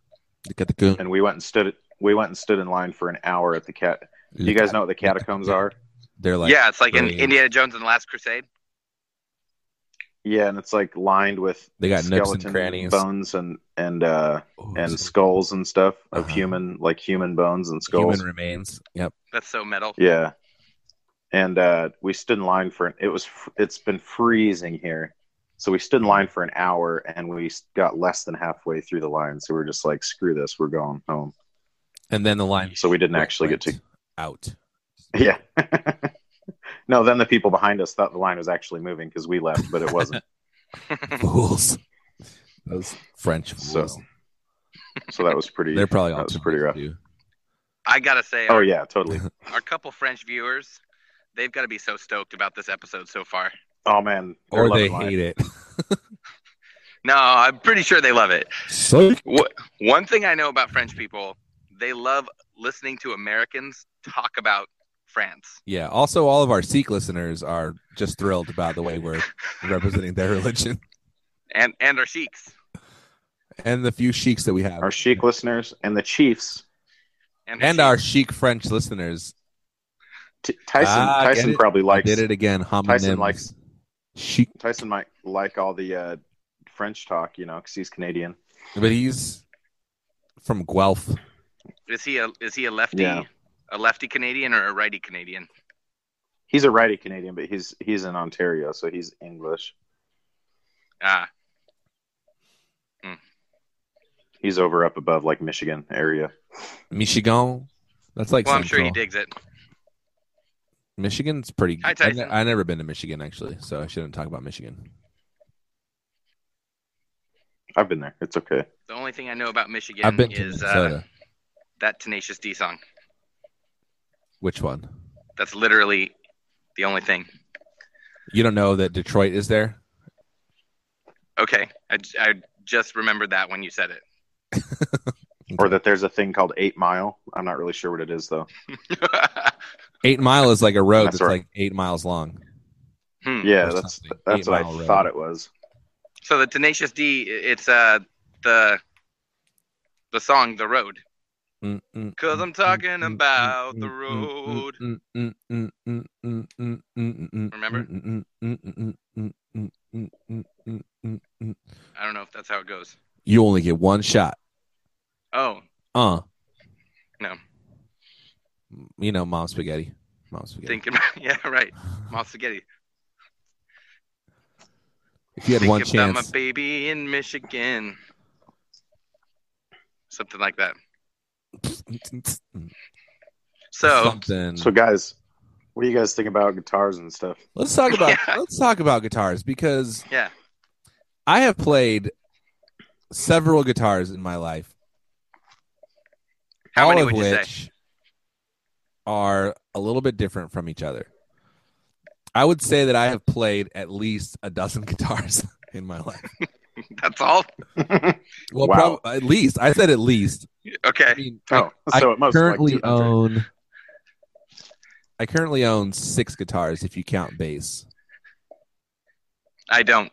[SPEAKER 3] Look at the coon.
[SPEAKER 1] and we went and stood we went and stood in line for an hour at the cat do you
[SPEAKER 3] Look
[SPEAKER 1] guys
[SPEAKER 3] at-
[SPEAKER 1] know what the catacombs are
[SPEAKER 3] They're like
[SPEAKER 2] yeah, it's like in
[SPEAKER 3] really-
[SPEAKER 2] Indiana Jones and the Last Crusade.
[SPEAKER 1] yeah and it's like lined with
[SPEAKER 3] They got nooks and
[SPEAKER 1] skeleton
[SPEAKER 3] crannies.
[SPEAKER 1] bones and and uh
[SPEAKER 3] Oh,
[SPEAKER 1] and
[SPEAKER 3] so-
[SPEAKER 1] skulls and stuff of
[SPEAKER 3] Uh-huh.
[SPEAKER 1] human like human bones and skulls
[SPEAKER 3] human remains. Yep.
[SPEAKER 2] That's so metal.
[SPEAKER 1] Yeah. And uh, we stood in line for it was it's been freezing here, so we stood in line for an hour and we got less than halfway through the line, so we were just like, screw this, we're going home.
[SPEAKER 3] And then the line
[SPEAKER 1] So we didn't actually get to.
[SPEAKER 3] went out.
[SPEAKER 1] Yeah. no, then the people behind us thought the line was actually moving because we left, but it wasn't.
[SPEAKER 3] Fools. Those French
[SPEAKER 1] So-
[SPEAKER 3] fools.
[SPEAKER 1] so that was pretty.
[SPEAKER 3] They're probably all
[SPEAKER 1] that was
[SPEAKER 3] drunk,
[SPEAKER 1] pretty rough.
[SPEAKER 3] too.
[SPEAKER 2] I gotta say,
[SPEAKER 1] Oh
[SPEAKER 2] our,
[SPEAKER 1] yeah, totally.
[SPEAKER 2] our couple French viewers, they've got to be so stoked about this episode so far.
[SPEAKER 1] Oh man, they're
[SPEAKER 3] Or they
[SPEAKER 1] loving life.
[SPEAKER 3] hate it.
[SPEAKER 2] No, I'm pretty sure they love it.
[SPEAKER 3] so
[SPEAKER 2] What, one thing I know about French people, they love listening to Americans talk about France.
[SPEAKER 3] yeah. Also, all of our Sikh listeners are just thrilled about the way we're representing their religion
[SPEAKER 2] and and our sheiks
[SPEAKER 3] and the few sheiks that we have,
[SPEAKER 1] Our chic listeners and the Chiefs.
[SPEAKER 2] and,
[SPEAKER 3] and
[SPEAKER 2] the
[SPEAKER 3] our
[SPEAKER 2] sheiks.
[SPEAKER 3] chic French listeners.
[SPEAKER 1] T- Tyson
[SPEAKER 3] Ah, get
[SPEAKER 1] Tyson
[SPEAKER 3] it.
[SPEAKER 1] probably
[SPEAKER 3] I
[SPEAKER 1] likes
[SPEAKER 3] did it again. Homonyms.
[SPEAKER 1] likes-
[SPEAKER 3] chic,
[SPEAKER 1] Tyson might like all the uh, French talk, you know, because he's Canadian.
[SPEAKER 3] but he's from Guelph.
[SPEAKER 2] is he a is he a lefty
[SPEAKER 1] Yeah.
[SPEAKER 2] a lefty Canadian or a righty Canadian?
[SPEAKER 1] He's a righty Canadian, but he's he's in Ontario, so he's English.
[SPEAKER 2] Ah,
[SPEAKER 1] He's over up above like Michigan area.
[SPEAKER 3] Michigan. That's like
[SPEAKER 2] well, I'm sure he
[SPEAKER 3] central.
[SPEAKER 2] digs it.
[SPEAKER 3] Michigan's pretty
[SPEAKER 2] Hi,
[SPEAKER 3] good. I
[SPEAKER 2] Tyson.
[SPEAKER 3] I never been to Michigan actually, so I shouldn't talk about Michigan.
[SPEAKER 1] I've been there. It's okay.
[SPEAKER 2] The only thing I know about Michigan
[SPEAKER 3] I've been to
[SPEAKER 2] is uh,
[SPEAKER 3] Minnesota.
[SPEAKER 2] that Tenacious D song.
[SPEAKER 3] Which one?
[SPEAKER 2] That's literally the only thing.
[SPEAKER 3] You don't know that Detroit is there?
[SPEAKER 2] Okay, I, j- I just remembered that when you said it.
[SPEAKER 1] Or that there's a thing called Eight Mile. I'm not really sure what it is though.
[SPEAKER 3] Eight Mile is like a road that's,
[SPEAKER 1] That's right.
[SPEAKER 3] like eight miles long.
[SPEAKER 2] Hmm.
[SPEAKER 1] Yeah,
[SPEAKER 3] Or
[SPEAKER 1] that's
[SPEAKER 3] something.
[SPEAKER 1] that's
[SPEAKER 3] Eight
[SPEAKER 1] what I
[SPEAKER 3] Mile Road.
[SPEAKER 1] thought it was.
[SPEAKER 2] So the Tenacious D, i- it's uh the the song "The Road"
[SPEAKER 3] Mm, mm,
[SPEAKER 2] because
[SPEAKER 3] mm,
[SPEAKER 2] I'm
[SPEAKER 3] mm,
[SPEAKER 2] talking
[SPEAKER 3] mm,
[SPEAKER 2] about
[SPEAKER 3] mm,
[SPEAKER 2] the
[SPEAKER 3] mm, mm,
[SPEAKER 2] road.
[SPEAKER 3] mm, mm, mm, mm, mm, mm, mm, mm,
[SPEAKER 2] Remember?
[SPEAKER 3] mm, mm, mm, mm, mm, mm, mm, mm, mm, mm.
[SPEAKER 2] I don't know if that's how it goes.
[SPEAKER 3] You only get one shot.
[SPEAKER 2] Oh,
[SPEAKER 3] Uh.
[SPEAKER 2] No.
[SPEAKER 3] You know, mom spaghetti. Mom spaghetti.
[SPEAKER 2] thinking about yeah, right. Mouth spaghetti.
[SPEAKER 3] if you had
[SPEAKER 2] Think
[SPEAKER 3] one
[SPEAKER 2] about my
[SPEAKER 3] chance,
[SPEAKER 2] baby in Michigan. Something like that. So
[SPEAKER 3] something.
[SPEAKER 1] So guys, what do you guys think about guitars and stuff?
[SPEAKER 3] Let's talk about
[SPEAKER 2] Yeah.
[SPEAKER 3] let's talk about guitars because
[SPEAKER 2] Yeah.
[SPEAKER 3] I have played several guitars in my life.
[SPEAKER 2] How
[SPEAKER 3] all
[SPEAKER 2] many
[SPEAKER 3] of
[SPEAKER 2] would you say?
[SPEAKER 3] which are a little bit different from each other. I would say that I have played at least a dozen guitars in my life.
[SPEAKER 2] that's all.
[SPEAKER 3] Well,
[SPEAKER 1] Wow.
[SPEAKER 3] prob- at least I said at least. I
[SPEAKER 2] Okay.
[SPEAKER 3] mean,
[SPEAKER 1] Oh,
[SPEAKER 3] I
[SPEAKER 1] so it must
[SPEAKER 3] currently
[SPEAKER 1] like 200.
[SPEAKER 3] own I currently own six guitars if you count bass.
[SPEAKER 2] I don't.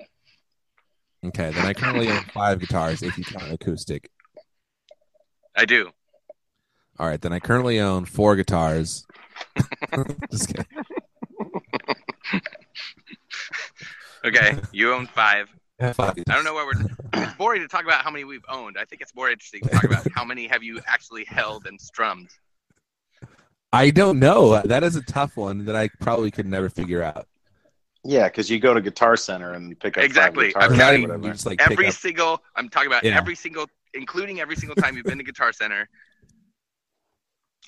[SPEAKER 3] Okay, then I currently own five guitars if you count acoustic.
[SPEAKER 2] I do.
[SPEAKER 3] All right, then I currently own four guitars. Just kidding.
[SPEAKER 2] Okay. You own five.
[SPEAKER 3] I have five
[SPEAKER 2] I
[SPEAKER 3] guitars.
[SPEAKER 2] don't know why we're it's boring to talk about how many we've owned. I think it's more interesting to talk about how many have you actually held and strummed.
[SPEAKER 3] I don't know. That is a tough one that I probably could never figure out.
[SPEAKER 1] Yeah, because you go to Guitar Center and pick up
[SPEAKER 2] Exactly.
[SPEAKER 1] Five
[SPEAKER 2] I'm
[SPEAKER 1] guitars
[SPEAKER 2] counting-
[SPEAKER 1] or
[SPEAKER 3] you
[SPEAKER 1] whatever.
[SPEAKER 3] just like
[SPEAKER 2] Every
[SPEAKER 3] pick up.
[SPEAKER 2] single I'm talking about
[SPEAKER 3] Yeah.
[SPEAKER 2] every single including every single time you've been to Guitar Center.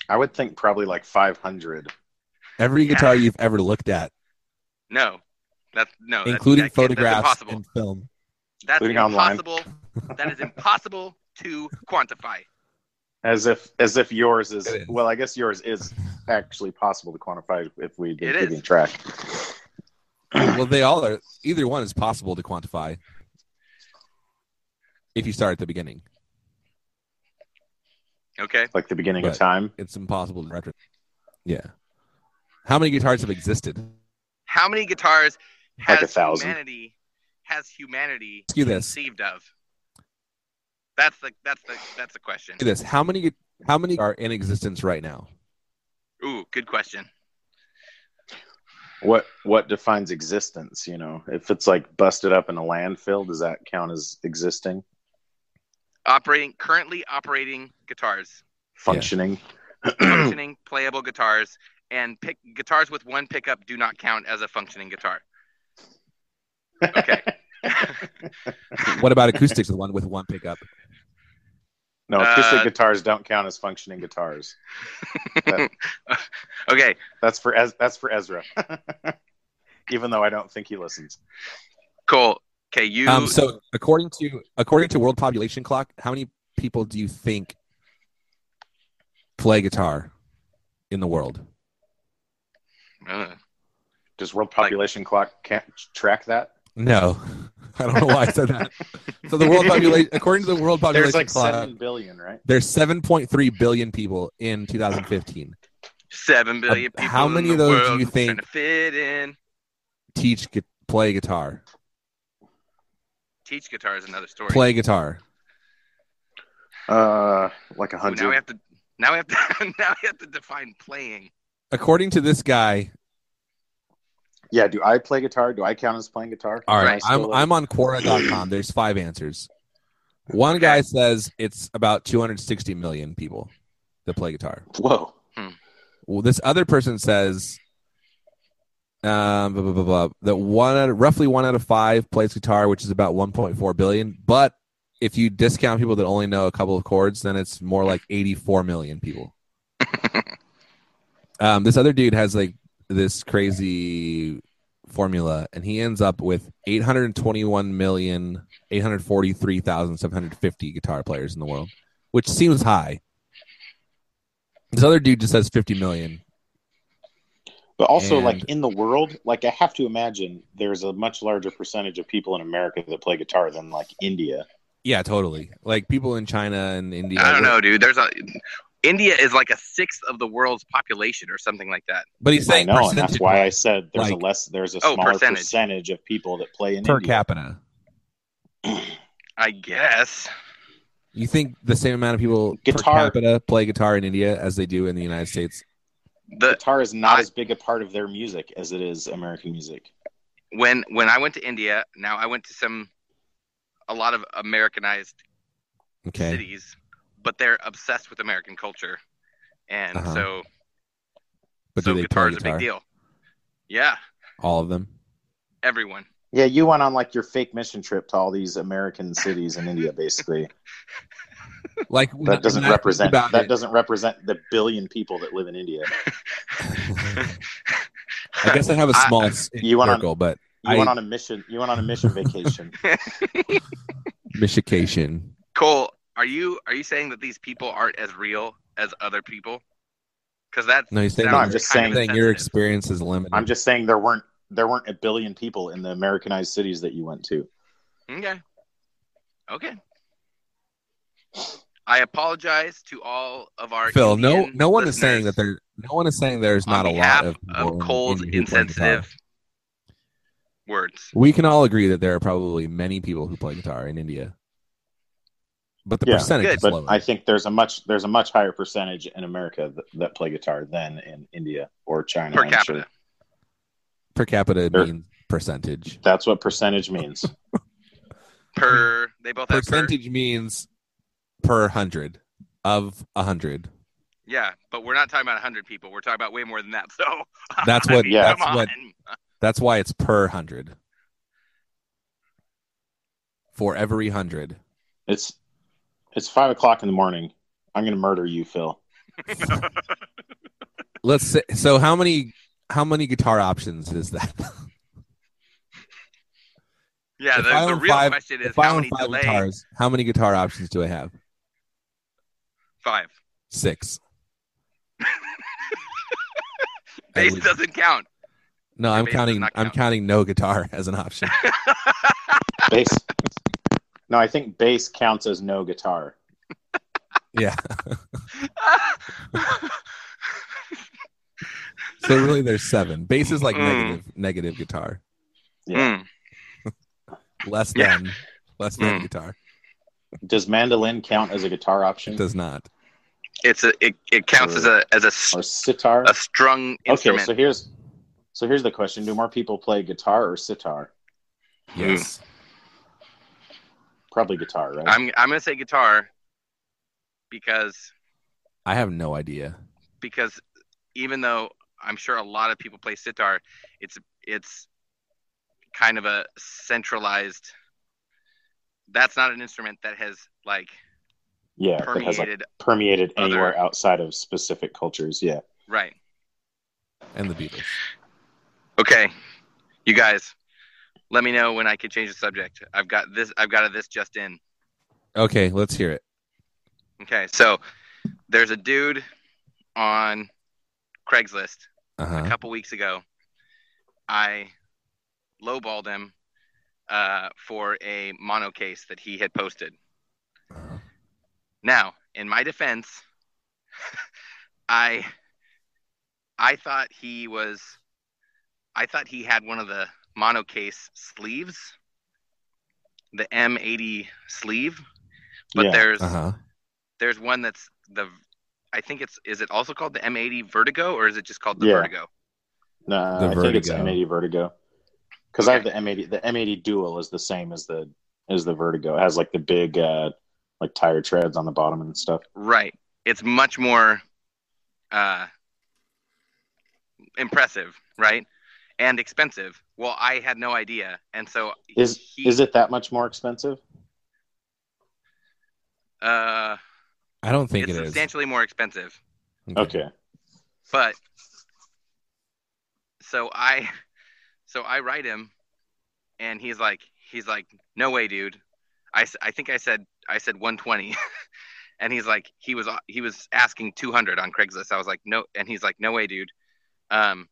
[SPEAKER 1] I would think probably like 500.
[SPEAKER 3] every guitar you've ever looked at,
[SPEAKER 2] No. That's no that's-
[SPEAKER 3] including
[SPEAKER 2] Oh, that can't-
[SPEAKER 3] photographs
[SPEAKER 2] That's impossible.
[SPEAKER 3] and film.
[SPEAKER 2] That's
[SPEAKER 1] Including online.
[SPEAKER 2] impossible. that is impossible to quantify.
[SPEAKER 1] As if as if yours is,
[SPEAKER 3] It is.
[SPEAKER 1] well, I guess yours is actually possible to quantify if we
[SPEAKER 2] It
[SPEAKER 1] did
[SPEAKER 2] is.
[SPEAKER 1] keeping track.
[SPEAKER 3] Well, they all are. Either one is possible to quantify if you start at the beginning.
[SPEAKER 2] Okay.
[SPEAKER 1] Like the beginning of
[SPEAKER 3] But-
[SPEAKER 1] time.
[SPEAKER 3] It's impossible to retro. Yeah. How many guitars have existed?
[SPEAKER 2] How many guitars
[SPEAKER 1] Like
[SPEAKER 2] has
[SPEAKER 1] a thousand.
[SPEAKER 2] humanity has humanity
[SPEAKER 3] Let's do this.
[SPEAKER 2] conceived of? That's the that's the that's the question.
[SPEAKER 3] Do this. How many? How many are in existence right now?
[SPEAKER 2] Ooh, good question.
[SPEAKER 1] What what defines existence? You know, if it's like busted up in a landfill, does that count as existing,
[SPEAKER 2] Operating currently operating guitars,
[SPEAKER 1] functioning?
[SPEAKER 2] functioning playable guitars, and pick guitars with one pickup do not count as a functioning guitar. Okay.
[SPEAKER 3] What about acoustics? The one with one pickup.
[SPEAKER 1] No, acoustic
[SPEAKER 2] Uh,
[SPEAKER 1] guitars don't count as functioning guitars.
[SPEAKER 2] okay.
[SPEAKER 1] That's for Ez- that's for Ezra. Even though I don't think he listens.
[SPEAKER 2] Cool. Okay, you
[SPEAKER 3] Um, so according to according to World Population Clock, how many people do you think play guitar in the world?
[SPEAKER 2] Ugh.
[SPEAKER 1] Does World Population Clock can't track that?
[SPEAKER 3] No, I don't know why I said that. So the world population, according to the World Population
[SPEAKER 1] There's like
[SPEAKER 3] Clock,
[SPEAKER 1] seven billion, right?
[SPEAKER 3] there's 7.3 billion people in 2015
[SPEAKER 2] seven billion
[SPEAKER 3] Uh,
[SPEAKER 2] people.
[SPEAKER 3] how many
[SPEAKER 2] in the
[SPEAKER 3] of those do
[SPEAKER 2] world
[SPEAKER 3] you think-
[SPEAKER 2] trying to fit in?
[SPEAKER 3] teach gu- play guitar,
[SPEAKER 2] Teach guitar is another story.
[SPEAKER 3] play guitar.
[SPEAKER 1] Uh, like a
[SPEAKER 2] Ooh, now we
[SPEAKER 1] hundred.
[SPEAKER 2] have to now we have to now we have to define playing.
[SPEAKER 3] According to this guy,
[SPEAKER 1] Yeah. Do I play guitar? Do I count as playing guitar?
[SPEAKER 3] all
[SPEAKER 1] Am I
[SPEAKER 3] right,
[SPEAKER 1] still
[SPEAKER 3] I'm
[SPEAKER 1] a-
[SPEAKER 3] I'm on Quora.com. There's five answers. One guy says it's about 260 million people that play guitar.
[SPEAKER 1] Whoa.
[SPEAKER 3] Well, this other person says um, blah, blah, blah, blah, that one out of, roughly one out of five plays guitar, which is about 1.4 billion. But if you discount people that only know a couple of chords, then it's more like 84 million people. um, this other dude has like this crazy formula, and he ends up with 821 million, 843,750 guitar players in the world, which seems high. This other dude just has 50 million.
[SPEAKER 1] But also,
[SPEAKER 3] And-
[SPEAKER 1] like in the world, like I have to imagine there's a much larger percentage of people in America that play guitar than like India.
[SPEAKER 3] Yeah, totally. Like people in China and India.
[SPEAKER 2] I don't
[SPEAKER 3] were-
[SPEAKER 2] know, dude. There's a India is like a sixth of the world's population or something like that.
[SPEAKER 3] But he's
[SPEAKER 1] I
[SPEAKER 3] saying
[SPEAKER 1] know, and that's
[SPEAKER 3] percentage
[SPEAKER 1] why I said there's
[SPEAKER 3] like-
[SPEAKER 1] a less, there's a
[SPEAKER 2] Oh,
[SPEAKER 1] smaller
[SPEAKER 2] percentage.
[SPEAKER 1] percentage. of people that play in
[SPEAKER 3] per
[SPEAKER 1] India.
[SPEAKER 3] capita.
[SPEAKER 2] I guess.
[SPEAKER 3] You think the same amount of people
[SPEAKER 1] Guitar-
[SPEAKER 3] per capita play guitar in India as they do in the United States?
[SPEAKER 2] The
[SPEAKER 1] Guitar is not
[SPEAKER 2] I-
[SPEAKER 1] as big a part of their music as it is American music.
[SPEAKER 2] when when I went to India, now I went to some a lot of Americanized
[SPEAKER 3] Okay.
[SPEAKER 2] cities, but they're obsessed with American culture, and
[SPEAKER 3] Uh-huh.
[SPEAKER 2] so
[SPEAKER 3] But
[SPEAKER 2] so
[SPEAKER 3] do they
[SPEAKER 2] guitar is a
[SPEAKER 3] play
[SPEAKER 2] big
[SPEAKER 3] guitar?
[SPEAKER 2] deal. Yeah,
[SPEAKER 3] All of them.
[SPEAKER 2] everyone.
[SPEAKER 1] Yeah, you went on like your fake mission trip to all these American cities in India, basically.
[SPEAKER 3] Like when I-
[SPEAKER 1] That doesn't
[SPEAKER 3] when I think
[SPEAKER 1] represent
[SPEAKER 3] about
[SPEAKER 1] that
[SPEAKER 3] it-
[SPEAKER 1] doesn't represent the billion people that live in India.
[SPEAKER 3] I guess I have a
[SPEAKER 2] I-
[SPEAKER 3] small s-
[SPEAKER 1] You went on-
[SPEAKER 3] circle, but
[SPEAKER 1] You
[SPEAKER 3] I-
[SPEAKER 1] went on a mission. You went on a mission vacation.
[SPEAKER 3] Michication.
[SPEAKER 2] Cole, are you are you saying that these people aren't as real as other people? Because that's
[SPEAKER 3] No, he's saying,
[SPEAKER 1] No,
[SPEAKER 3] that
[SPEAKER 1] I'm
[SPEAKER 3] you're-
[SPEAKER 1] just
[SPEAKER 2] kind
[SPEAKER 1] saying-
[SPEAKER 2] of
[SPEAKER 3] saying your
[SPEAKER 2] insensitive.
[SPEAKER 3] experience is limited.
[SPEAKER 1] I'm just saying there weren't there weren't a billion people in the Americanized cities that you went to.
[SPEAKER 2] Okay. Okay. I apologize to all of our
[SPEAKER 3] Phil, no,
[SPEAKER 2] Indian
[SPEAKER 3] no one is saying
[SPEAKER 2] listeners
[SPEAKER 3] that there. No one is saying there's
[SPEAKER 2] on
[SPEAKER 3] not a
[SPEAKER 2] behalf
[SPEAKER 3] lot of,
[SPEAKER 2] of
[SPEAKER 3] people in
[SPEAKER 2] Cole's
[SPEAKER 3] India who play guitar.
[SPEAKER 2] insensitive words.
[SPEAKER 3] We can all agree that there are probably many people who play guitar in India, but the
[SPEAKER 1] Yeah,
[SPEAKER 3] percentage
[SPEAKER 2] good.
[SPEAKER 3] is
[SPEAKER 1] But
[SPEAKER 3] lower.
[SPEAKER 1] I think there's a much there's a much higher percentage in America that, that play guitar than in India or China
[SPEAKER 2] Per
[SPEAKER 1] I'm
[SPEAKER 2] capita.
[SPEAKER 1] sure.
[SPEAKER 3] per capita
[SPEAKER 1] Sure.
[SPEAKER 3] means percentage.
[SPEAKER 1] That's what percentage means.
[SPEAKER 2] Per they both have per.
[SPEAKER 3] Percentage means per hundred of a hundred.
[SPEAKER 2] Yeah, but we're not talking about 100 people. We're talking about way more than that. So
[SPEAKER 3] That's
[SPEAKER 2] I
[SPEAKER 3] what-
[SPEAKER 2] mean,
[SPEAKER 1] yeah.
[SPEAKER 2] come
[SPEAKER 3] that's what-
[SPEAKER 2] on.
[SPEAKER 3] That's why it's per hundred. For every hundred.
[SPEAKER 1] It's it's five o'clock in the morning. I'm gonna murder you, Phil.
[SPEAKER 3] Let's say, so how many how many guitar options is that?
[SPEAKER 2] Yeah,
[SPEAKER 3] If
[SPEAKER 2] the,
[SPEAKER 3] I
[SPEAKER 2] the
[SPEAKER 3] own
[SPEAKER 2] real
[SPEAKER 3] five-
[SPEAKER 2] question is
[SPEAKER 3] if I
[SPEAKER 2] how
[SPEAKER 3] own
[SPEAKER 2] many
[SPEAKER 3] five
[SPEAKER 2] delay
[SPEAKER 3] guitars, how many guitar options do I have?
[SPEAKER 2] five.
[SPEAKER 3] Six. I
[SPEAKER 2] Bass
[SPEAKER 3] would-
[SPEAKER 2] doesn't count.
[SPEAKER 3] no, I'm
[SPEAKER 2] bass does
[SPEAKER 3] counting
[SPEAKER 2] not
[SPEAKER 3] I'm
[SPEAKER 2] count.
[SPEAKER 3] counting no guitar as an option.
[SPEAKER 1] bass. No, I think bass counts as no guitar.
[SPEAKER 3] yeah. So really there's seven. Bass is like
[SPEAKER 2] Mm.
[SPEAKER 3] negative negative guitar.
[SPEAKER 1] Yeah.
[SPEAKER 2] Mm.
[SPEAKER 3] Less
[SPEAKER 2] Yeah.
[SPEAKER 3] than less than
[SPEAKER 2] Mm.
[SPEAKER 3] guitar.
[SPEAKER 1] Does mandolin count as a guitar option
[SPEAKER 3] It does not.
[SPEAKER 2] It's a it, it counts as a as a, s-
[SPEAKER 1] or sitar?
[SPEAKER 2] a strung
[SPEAKER 1] Okay,
[SPEAKER 2] instrument.
[SPEAKER 1] so here's so here's the question: Do more people play guitar or sitar?
[SPEAKER 2] Mm.
[SPEAKER 3] Yes.
[SPEAKER 1] Probably guitar, right?
[SPEAKER 2] I'm I'm gonna say guitar because
[SPEAKER 3] I have no idea.
[SPEAKER 2] because even though I'm sure a lot of people play sitar, it's it's kind of a centralized. That's not an instrument that has like
[SPEAKER 1] yeah, that has like
[SPEAKER 2] permeated
[SPEAKER 1] permeated
[SPEAKER 2] other-
[SPEAKER 1] anywhere outside of specific cultures. Yeah,
[SPEAKER 2] right.
[SPEAKER 3] And the Beatles.
[SPEAKER 2] Okay, you guys, let me know when I can change the subject. I've got this. I've got a this just in.
[SPEAKER 3] Okay, let's hear it.
[SPEAKER 2] Okay, so there's a dude on Craigslist a
[SPEAKER 3] Uh-huh.
[SPEAKER 2] couple weeks ago. I lowballed him uh, for a mono case that he had posted.
[SPEAKER 3] Uh-huh.
[SPEAKER 2] Now, in my defense, I I thought he was I thought he had one of the mono case sleeves, the M80 sleeve, but
[SPEAKER 1] yeah.
[SPEAKER 2] there's
[SPEAKER 3] Uh-huh.
[SPEAKER 2] there's one that's the I think it's is it also called the M80 Vertigo or is it just called the
[SPEAKER 1] Yeah.
[SPEAKER 2] Vertigo?
[SPEAKER 1] No,
[SPEAKER 3] the
[SPEAKER 1] I think it's
[SPEAKER 3] Vertigo.
[SPEAKER 1] M80 Vertigo. Because I have the M80. The M80 Dual is the same as the as the Vertigo. It has like the big uh like tire treads on the bottom and stuff.
[SPEAKER 2] Right. It's much more uh, impressive, right? And expensive. Well, I had no idea, and so
[SPEAKER 1] Is
[SPEAKER 2] he,
[SPEAKER 1] is it that much more expensive?
[SPEAKER 2] Uh,
[SPEAKER 3] I don't think
[SPEAKER 2] it's
[SPEAKER 3] it is.
[SPEAKER 2] substantially more expensive.
[SPEAKER 1] Okay.
[SPEAKER 2] but so i so i write him and he's like he's like no way dude i, s- I think i said i said 120 and he's like he was he was asking 200 on craigslist i was like no and he's like no way dude um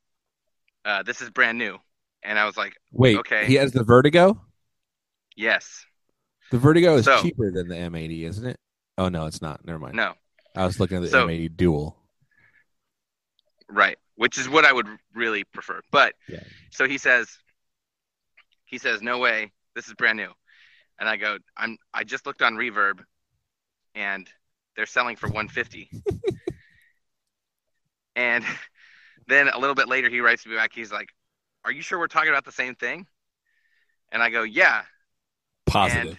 [SPEAKER 2] uh, this is brand new and i was like
[SPEAKER 3] Wait,
[SPEAKER 2] Okay.
[SPEAKER 3] he has the Vertigo.
[SPEAKER 2] yes
[SPEAKER 3] The Vertigo is
[SPEAKER 2] So-
[SPEAKER 3] cheaper than the M80, isn't it? Oh no, it's not. Never mind.
[SPEAKER 2] no
[SPEAKER 3] I was looking at the
[SPEAKER 2] So-
[SPEAKER 3] M80 Dual.
[SPEAKER 2] Right, which is what I would really prefer. But
[SPEAKER 3] Yeah.
[SPEAKER 2] so he says, he says, no way, this is brand new. And I go, I'm, I just looked on Reverb, and they're selling for 150. and then a little bit later, he writes me back. He's like, "Are you sure we're talking about the same thing?" And I go, "Yeah."
[SPEAKER 3] Positive.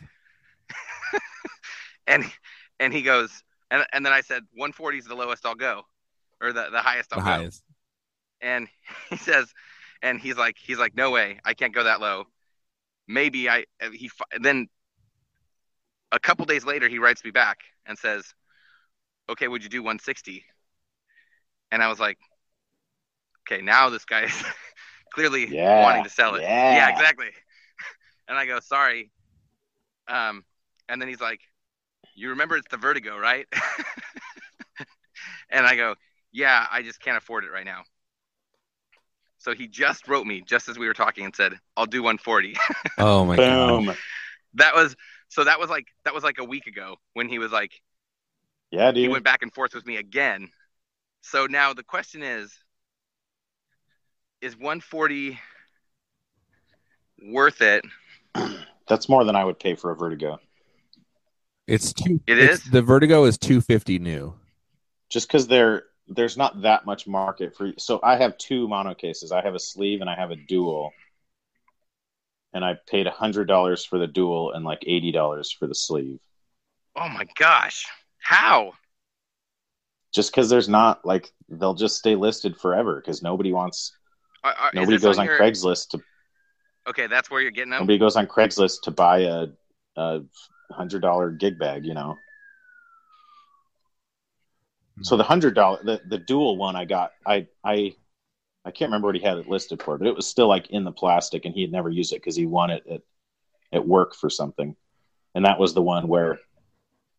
[SPEAKER 2] And and, and he goes, and and then I said, "140 is the lowest I'll go, or the the highest I'll
[SPEAKER 3] the
[SPEAKER 2] go."
[SPEAKER 3] highest.
[SPEAKER 2] and he says and he's like he's like no way i can't go that low maybe i and he fi- and then a couple days later he writes me back and says okay would you do 160 and i was like okay now this guy is clearly
[SPEAKER 1] Yeah,
[SPEAKER 2] wanting to sell it
[SPEAKER 1] yeah.
[SPEAKER 2] exactly and i go sorry um and then he's like you remember it's the vertigo right and i go yeah i just can't afford it right now so he just wrote me just as we were talking and said, "I'll do 140."
[SPEAKER 3] Oh my god.
[SPEAKER 1] Boom.
[SPEAKER 2] that was so that was like that was like a week ago when he was like
[SPEAKER 1] Yeah,
[SPEAKER 2] he
[SPEAKER 1] dude.
[SPEAKER 2] went back and forth with me again. So now the question is is 140 worth it?
[SPEAKER 1] That's more than I would pay for a Vertigo.
[SPEAKER 3] It's two.
[SPEAKER 2] It
[SPEAKER 3] it's-
[SPEAKER 2] is?
[SPEAKER 3] the Vertigo is 250 new.
[SPEAKER 1] Just because there there's not that much market for. So I have two mono cases. I have a sleeve and I have a dual. And I paid hundred dollars for the dual and like eighty dollars for the sleeve.
[SPEAKER 2] Oh my gosh. How?
[SPEAKER 1] Just because there's not like they'll just stay listed forever because nobody wants
[SPEAKER 2] Are- are- is
[SPEAKER 1] nobody
[SPEAKER 2] this
[SPEAKER 1] goes on,
[SPEAKER 2] your-
[SPEAKER 1] Craigslist to
[SPEAKER 2] Okay, that's where you're getting them.
[SPEAKER 1] nobody goes on Craigslist to buy a a hundred dollar gig bag, you know. So the hundred dollar the, the dual one I got I I I can't remember what he had it listed for, but it was still like in the plastic and he had never used it because he won it at, at work for something. And that was the one where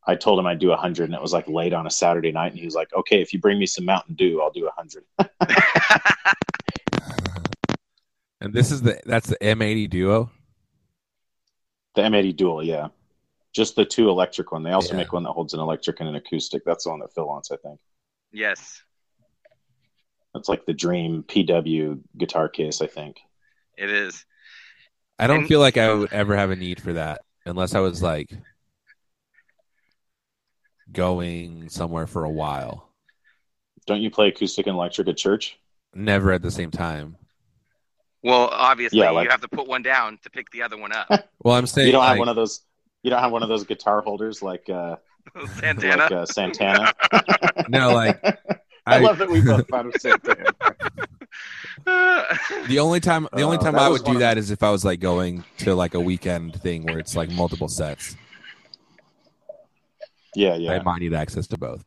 [SPEAKER 1] I told him I'd do a hundred and it was like late on a Saturday night and he was like, Okay, if you bring me some Mountain Dew, I'll do a hundred.
[SPEAKER 3] And this is the that's the M80 Duo.
[SPEAKER 1] The M eighty dual, yeah. Just the two electric one. They also
[SPEAKER 3] Yeah.
[SPEAKER 1] make one that holds an electric and an acoustic. That's the one that Phil wants, I think.
[SPEAKER 2] yes,
[SPEAKER 1] That's like the dream PW guitar case, I think.
[SPEAKER 2] it is.
[SPEAKER 3] I don't
[SPEAKER 2] And-
[SPEAKER 3] feel like I would ever have a need for that unless I was like going somewhere for a while.
[SPEAKER 1] Don't you play acoustic and electric at church?
[SPEAKER 3] Never at the same time.
[SPEAKER 2] Well, obviously
[SPEAKER 1] Yeah, like-
[SPEAKER 2] you have to put one down to pick the other one up.
[SPEAKER 3] Well, I'm saying
[SPEAKER 1] you don't have
[SPEAKER 3] like-
[SPEAKER 1] one of those. You don't have one of those guitar holders like uh,
[SPEAKER 2] Santana.
[SPEAKER 1] like uh, Santana.
[SPEAKER 3] no, like
[SPEAKER 1] I,
[SPEAKER 3] I,
[SPEAKER 1] love that we both found Santana.
[SPEAKER 3] the only time the only
[SPEAKER 1] Uh,
[SPEAKER 3] time
[SPEAKER 1] that
[SPEAKER 3] I
[SPEAKER 1] was
[SPEAKER 3] would
[SPEAKER 1] one
[SPEAKER 3] do
[SPEAKER 1] of
[SPEAKER 3] that is if I was like going to like a weekend thing where it's like multiple sets.
[SPEAKER 1] yeah,
[SPEAKER 3] I
[SPEAKER 1] yeah.
[SPEAKER 3] might need access to both.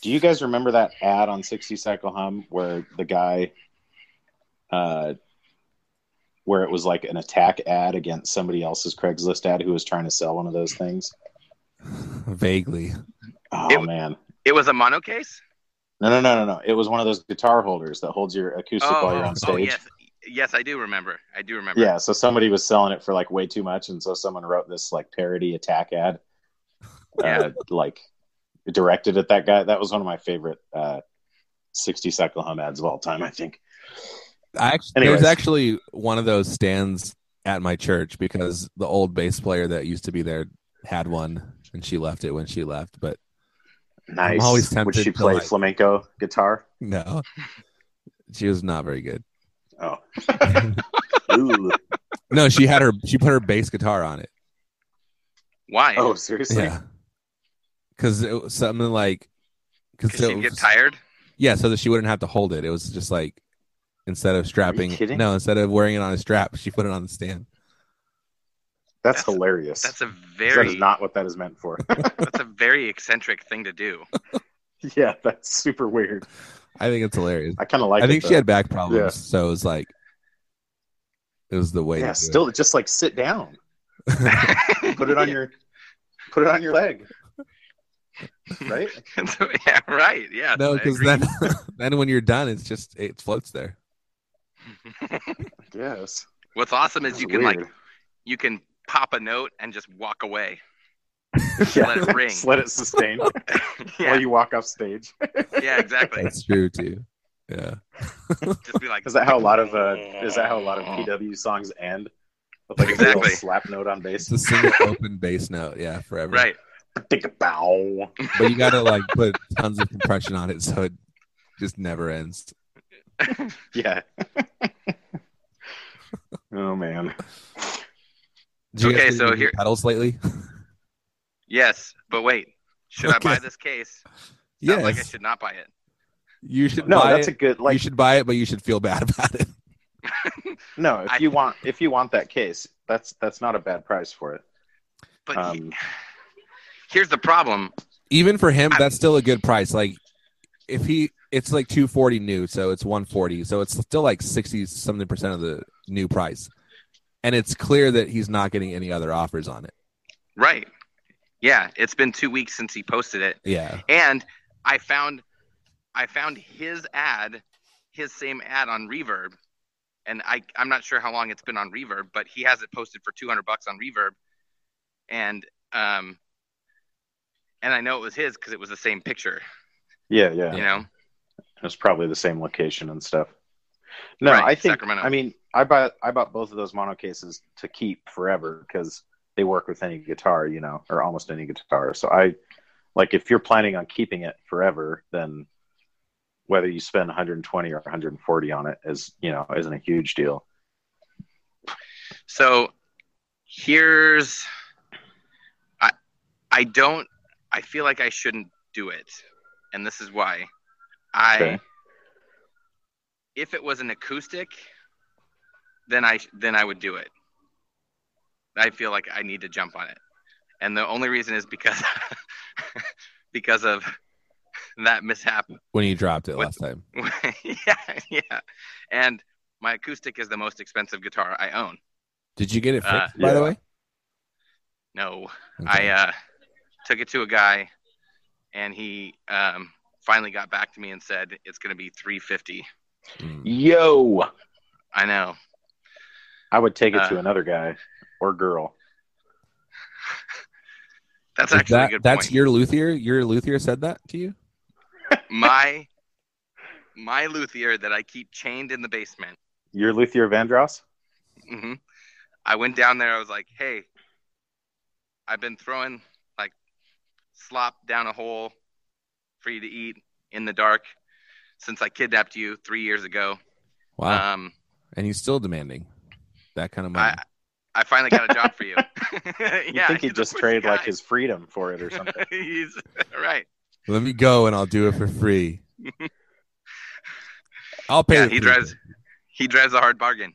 [SPEAKER 1] Do you guys remember that ad on 60 Cycle Hum where the guy, uh, where it was like an attack ad against somebody else's Craigslist ad who was trying to sell one of those things?
[SPEAKER 3] Vaguely.
[SPEAKER 1] Oh
[SPEAKER 2] It-
[SPEAKER 1] man,
[SPEAKER 2] it was a mono case?
[SPEAKER 1] no, no, no, no, no. It was one of those guitar holders that holds your acoustic while you're on stage.
[SPEAKER 2] Oh, yes. Yes, I do remember. I do remember.
[SPEAKER 1] Yeah, so somebody was selling it for like way too much, and so someone wrote this like parody attack ad,
[SPEAKER 2] Yeah.
[SPEAKER 1] uh, like directed at that guy. That was one of my favorite uh, sixty cycle hum ads of all time. I think.
[SPEAKER 3] I actually, there's
[SPEAKER 1] Anyways.
[SPEAKER 3] actually one of those stands at my church because the old bass player that used to be there had one and she left it when she left, but
[SPEAKER 1] Nice.
[SPEAKER 3] always
[SPEAKER 1] Would
[SPEAKER 3] tempted
[SPEAKER 1] she
[SPEAKER 3] to,
[SPEAKER 1] play
[SPEAKER 3] like-
[SPEAKER 1] flamenco guitar?
[SPEAKER 3] no. She was not very good.
[SPEAKER 1] Oh. Ooh.
[SPEAKER 3] No, she had her she put her bass guitar on it.
[SPEAKER 2] Why?
[SPEAKER 1] Oh, seriously?
[SPEAKER 3] Yeah. Cuz it was something like cuz
[SPEAKER 2] Because she'd get tired.
[SPEAKER 3] Yeah, so that she wouldn't have to hold it. It was just like instead of strapping
[SPEAKER 1] kidding?
[SPEAKER 3] no, instead of wearing it on a strap, she put it on the stand.
[SPEAKER 1] That's,
[SPEAKER 2] That's-
[SPEAKER 1] hilarious.
[SPEAKER 2] That's a
[SPEAKER 1] that
[SPEAKER 2] very
[SPEAKER 1] is not what that is meant for.
[SPEAKER 2] that's a very eccentric thing to do.
[SPEAKER 1] yeah, that's super weird.
[SPEAKER 3] I think it's hilarious.
[SPEAKER 1] I kind of like.
[SPEAKER 3] I think
[SPEAKER 1] it,
[SPEAKER 3] she
[SPEAKER 1] though.
[SPEAKER 3] had back problems,
[SPEAKER 1] Yeah.
[SPEAKER 3] so it was like it was the way.
[SPEAKER 1] Yeah,
[SPEAKER 3] to do it.
[SPEAKER 1] still just like sit down, put it on your, put it on your leg. right?
[SPEAKER 2] So, yeah, right. Yeah.
[SPEAKER 3] No,
[SPEAKER 2] I
[SPEAKER 3] because
[SPEAKER 2] agree.
[SPEAKER 3] then then when you're done, it's just it floats there.
[SPEAKER 1] Yes.
[SPEAKER 2] What's awesome is you can like
[SPEAKER 1] weird.
[SPEAKER 2] you can pop a note and just walk away.
[SPEAKER 1] Yeah.
[SPEAKER 2] let it ring.
[SPEAKER 1] Just let it sustain
[SPEAKER 2] yeah,
[SPEAKER 1] while you walk off stage.
[SPEAKER 2] yeah, exactly.
[SPEAKER 3] That's true too. Yeah.
[SPEAKER 2] Just be like,
[SPEAKER 1] Is that how a lot of uh, is that how a lot of
[SPEAKER 3] Oh.
[SPEAKER 1] PW songs end? With like a
[SPEAKER 2] Oh. Exactly.
[SPEAKER 1] little slap note on bass.
[SPEAKER 3] It's a single open bass note, yeah, forever.
[SPEAKER 2] right?
[SPEAKER 1] Think about
[SPEAKER 3] But you gotta like put tons of compression on it so it just never ends.
[SPEAKER 1] yeah. oh man.
[SPEAKER 3] Did you guys
[SPEAKER 2] Okay,
[SPEAKER 3] get
[SPEAKER 2] so
[SPEAKER 3] any new
[SPEAKER 2] here-
[SPEAKER 3] pedals lately?
[SPEAKER 2] Yes, but wait, should I buy
[SPEAKER 3] Okay.
[SPEAKER 2] this case?
[SPEAKER 3] yes.
[SPEAKER 2] Sounds like I should not buy it.
[SPEAKER 3] You should
[SPEAKER 1] No,
[SPEAKER 3] buy
[SPEAKER 1] that's
[SPEAKER 3] it.
[SPEAKER 1] a good
[SPEAKER 3] you
[SPEAKER 1] like
[SPEAKER 3] should buy it, but you should feel bad about it.
[SPEAKER 1] no, if
[SPEAKER 2] I-
[SPEAKER 1] you want if you want that case, that's that's not a bad price for it.
[SPEAKER 2] But he-
[SPEAKER 1] Um,
[SPEAKER 2] here's the problem.
[SPEAKER 3] Even for him,
[SPEAKER 2] I-
[SPEAKER 3] that's still a good price. Like if he it's like two forty new, so it's one forty. So it's still like sixty something percent of the new price. And it's clear that he's not getting any other offers on it.
[SPEAKER 2] Right. Yeah, it's been two weeks since he posted it.
[SPEAKER 3] Yeah.
[SPEAKER 2] And I found I found his ad, his same ad on Reverb. And I I'm not sure how long it's been on Reverb, but he has it posted for 200 bucks on Reverb. And um and I know it was his cuz it was the same picture,
[SPEAKER 1] yeah, yeah.
[SPEAKER 2] you know.
[SPEAKER 1] It's probably the same location and stuff. No,
[SPEAKER 2] Right,
[SPEAKER 1] I think
[SPEAKER 2] Sacramento.
[SPEAKER 1] I mean I bought I bought both of those mono cases to keep forever because they work with any guitar, you know, or almost any guitar. So I like if you're planning on keeping it forever, then whether you spend 120 or 140 on it is you know isn't a huge deal.
[SPEAKER 2] So here's I I don't I feel like I shouldn't do it. And this is why. I
[SPEAKER 1] Okay.
[SPEAKER 2] if it was an acoustic then I then I would do it. I feel like I need to jump on it. And the only reason is because because of that mishap
[SPEAKER 3] When you dropped it
[SPEAKER 2] What-
[SPEAKER 3] last time.
[SPEAKER 2] yeah, yeah. And my acoustic is the most expensive guitar I own.
[SPEAKER 3] Did you get it fixed,
[SPEAKER 2] Uh,
[SPEAKER 3] by the
[SPEAKER 1] yeah.
[SPEAKER 3] way?
[SPEAKER 2] No. I
[SPEAKER 3] Okay.
[SPEAKER 2] uh, took it to a guy, and he um, finally got back to me and said it's going to be 350.
[SPEAKER 3] Mm.
[SPEAKER 1] Yo,
[SPEAKER 2] I know.
[SPEAKER 1] I would take it to
[SPEAKER 2] Uh,
[SPEAKER 1] another guy or girl.
[SPEAKER 2] That's
[SPEAKER 3] Is
[SPEAKER 2] actually
[SPEAKER 3] that-
[SPEAKER 2] a good
[SPEAKER 3] that's
[SPEAKER 2] point.
[SPEAKER 3] your luthier. Your luthier said that to you.
[SPEAKER 2] my my luthier that I keep chained in the basement.
[SPEAKER 1] You're Luthier Vandross.
[SPEAKER 2] hmm I went down there. I was like, "Hey, I've been throwing like slop down a hole for you to eat in the dark since I kidnapped you three years ago."
[SPEAKER 3] Wow,
[SPEAKER 2] Um,
[SPEAKER 3] and he's still demanding that kind of money.
[SPEAKER 2] I I finally got a job for you.
[SPEAKER 1] You
[SPEAKER 2] yeah,
[SPEAKER 1] think he
[SPEAKER 2] he's the
[SPEAKER 1] just
[SPEAKER 2] first
[SPEAKER 1] traded like
[SPEAKER 2] guy.
[SPEAKER 1] his freedom for it or something?
[SPEAKER 2] he's right.
[SPEAKER 3] Let me go, and I'll do it for free. I'll pay.
[SPEAKER 2] Yeah,
[SPEAKER 3] the
[SPEAKER 2] he
[SPEAKER 3] free
[SPEAKER 2] drives- He drives a hard bargain.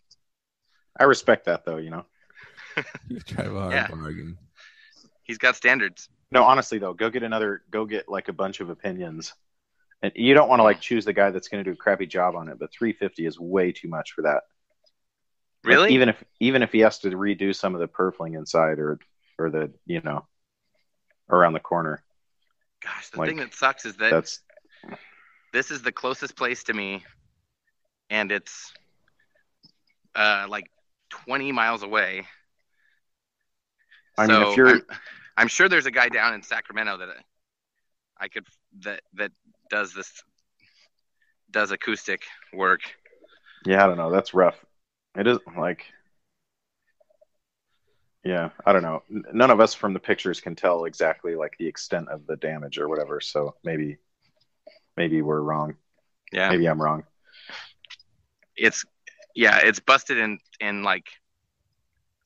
[SPEAKER 1] I respect that though, you know.
[SPEAKER 3] thing. You drive a hard
[SPEAKER 2] Yeah.
[SPEAKER 3] bargain.
[SPEAKER 2] He's got standards.
[SPEAKER 1] No, honestly though, go get another. Go get like a bunch of opinions, and you don't want to like choose the guy that's going to do a crappy job on it. But three fifty is way too much for that. Like,
[SPEAKER 2] Really?
[SPEAKER 1] even if even if he has to redo some of the purfling inside or or the you know around the corner,
[SPEAKER 2] Gosh, the
[SPEAKER 1] like,
[SPEAKER 2] thing that sucks is that
[SPEAKER 1] that's
[SPEAKER 2] this is the closest place to me, and it's uh like 20 miles away.
[SPEAKER 1] I mean,
[SPEAKER 2] so
[SPEAKER 1] if you're-
[SPEAKER 2] I'm, I'm sure there's a guy down in Sacramento that I could that that does this does acoustic work.
[SPEAKER 1] yeah, I don't know. That's rough. It is like. Yeah, I don't know. N- None of us from the pictures can tell exactly like the extent of the damage or whatever. So maybe, maybe we're wrong.
[SPEAKER 2] Yeah.
[SPEAKER 1] Maybe I'm wrong.
[SPEAKER 2] it's yeah it's busted in in like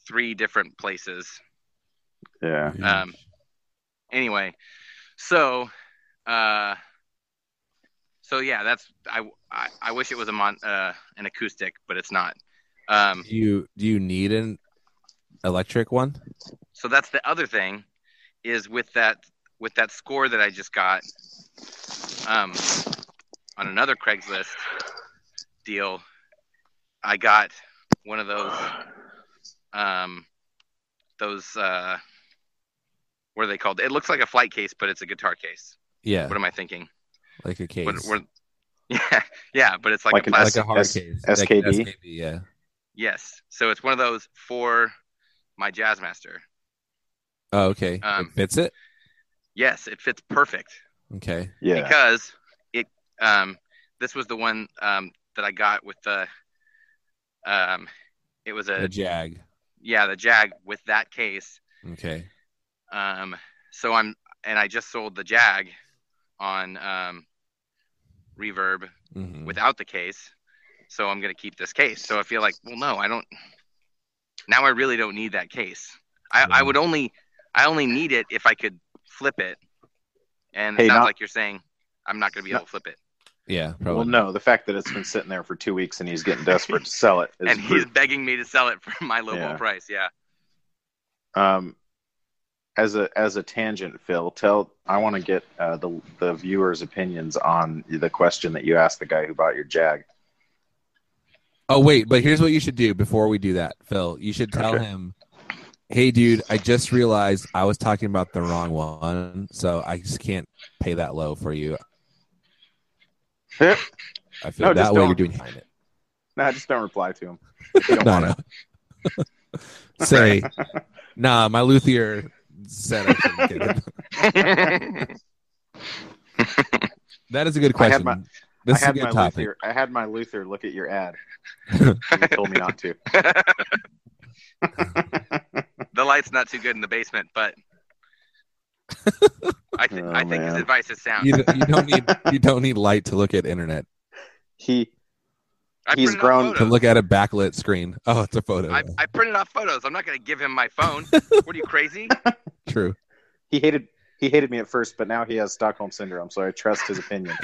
[SPEAKER 2] three different places
[SPEAKER 1] Yeah.
[SPEAKER 2] Um, anyway so uh so yeah that's i i, I wish it was a mon uh an acoustic but it's not um
[SPEAKER 1] Mm-hmm.
[SPEAKER 3] do you do you need an electric one?
[SPEAKER 2] so that's the other thing is with that with that score that i just got um on another craigslist deal i got one of those um those uh what are they called? It looks like a flight case, but it's a guitar case.
[SPEAKER 3] Yeah,
[SPEAKER 2] What am I thinking?
[SPEAKER 3] like a case,
[SPEAKER 2] What, what, yeah, yeah, but it's like,
[SPEAKER 1] Like
[SPEAKER 2] a
[SPEAKER 1] an-
[SPEAKER 3] like
[SPEAKER 2] plastic.
[SPEAKER 3] a hard
[SPEAKER 1] S-
[SPEAKER 3] case,
[SPEAKER 1] SKB?
[SPEAKER 3] Like SKB, yeah,
[SPEAKER 2] yes, so it's one of those for my Jazzmaster.
[SPEAKER 3] oh, okay,
[SPEAKER 2] Um,
[SPEAKER 3] it fits it.
[SPEAKER 2] Yes, it fits perfect.
[SPEAKER 3] Okay,
[SPEAKER 1] Yeah.
[SPEAKER 2] because it um this was the one um that I got with the um it was
[SPEAKER 1] uh,
[SPEAKER 2] a
[SPEAKER 3] a jag.
[SPEAKER 2] yeah the Jag with that case
[SPEAKER 3] Okay,
[SPEAKER 2] um so I'm and I just sold the Jag on um Reverb
[SPEAKER 3] Mhm.
[SPEAKER 2] without the case so I'm gonna keep this case so I feel like well no I don't now I really don't need that case I I
[SPEAKER 3] Mhm.
[SPEAKER 2] would only I only need it if I could flip it and
[SPEAKER 1] Hey,
[SPEAKER 2] it sounds
[SPEAKER 1] not-
[SPEAKER 2] like you're saying I'm not gonna be able to flip it.
[SPEAKER 3] yeah, probably.
[SPEAKER 1] Well, no, the fact that it's been sitting there for two weeks and he's getting desperate to sell it is
[SPEAKER 2] and he's
[SPEAKER 1] proof.
[SPEAKER 2] begging me to sell it for my lowball
[SPEAKER 1] Yeah.
[SPEAKER 2] price. Yeah.
[SPEAKER 1] um, as a as a tangent, Phil. Tell I want to get uh, the the viewers' opinions on the question that you asked the guy who bought your Jag.
[SPEAKER 3] Oh wait, but here's what you should do before we do that, Phil. You should tell
[SPEAKER 1] Okay.
[SPEAKER 3] him, "Hey, dude, I just realized I was talking about the wrong one, so I just can't pay that low for you."
[SPEAKER 1] no,
[SPEAKER 3] I feel
[SPEAKER 1] No,
[SPEAKER 3] that
[SPEAKER 1] just
[SPEAKER 3] way.
[SPEAKER 1] don't.
[SPEAKER 3] You're doing behind it.
[SPEAKER 1] just don't reply to him. If you don't
[SPEAKER 3] No,
[SPEAKER 1] want
[SPEAKER 3] no. Say, nah, my luthier said I couldn't get it. That is a good
[SPEAKER 1] I had
[SPEAKER 3] question.
[SPEAKER 1] my-
[SPEAKER 3] this
[SPEAKER 1] I had
[SPEAKER 3] is a
[SPEAKER 1] my
[SPEAKER 3] good topic.
[SPEAKER 1] Luther. I had my Luther look at your ad. And he told me not to.
[SPEAKER 2] the light's not too good in the basement, but I, th-
[SPEAKER 1] Oh,
[SPEAKER 2] I think his
[SPEAKER 1] man.
[SPEAKER 2] advice is sound.
[SPEAKER 3] You, you don't need you don't need light to look at internet
[SPEAKER 1] He
[SPEAKER 2] I
[SPEAKER 1] he's
[SPEAKER 2] printed off
[SPEAKER 1] grown
[SPEAKER 2] photos.
[SPEAKER 3] to look at a backlit screen. Oh, it's a photo.
[SPEAKER 2] I, I printed off photos. I'm not going to give him my phone. what are you crazy?
[SPEAKER 3] True.
[SPEAKER 1] he hated he hated me at first, but now he has Stockholm syndrome, so I trust his opinion.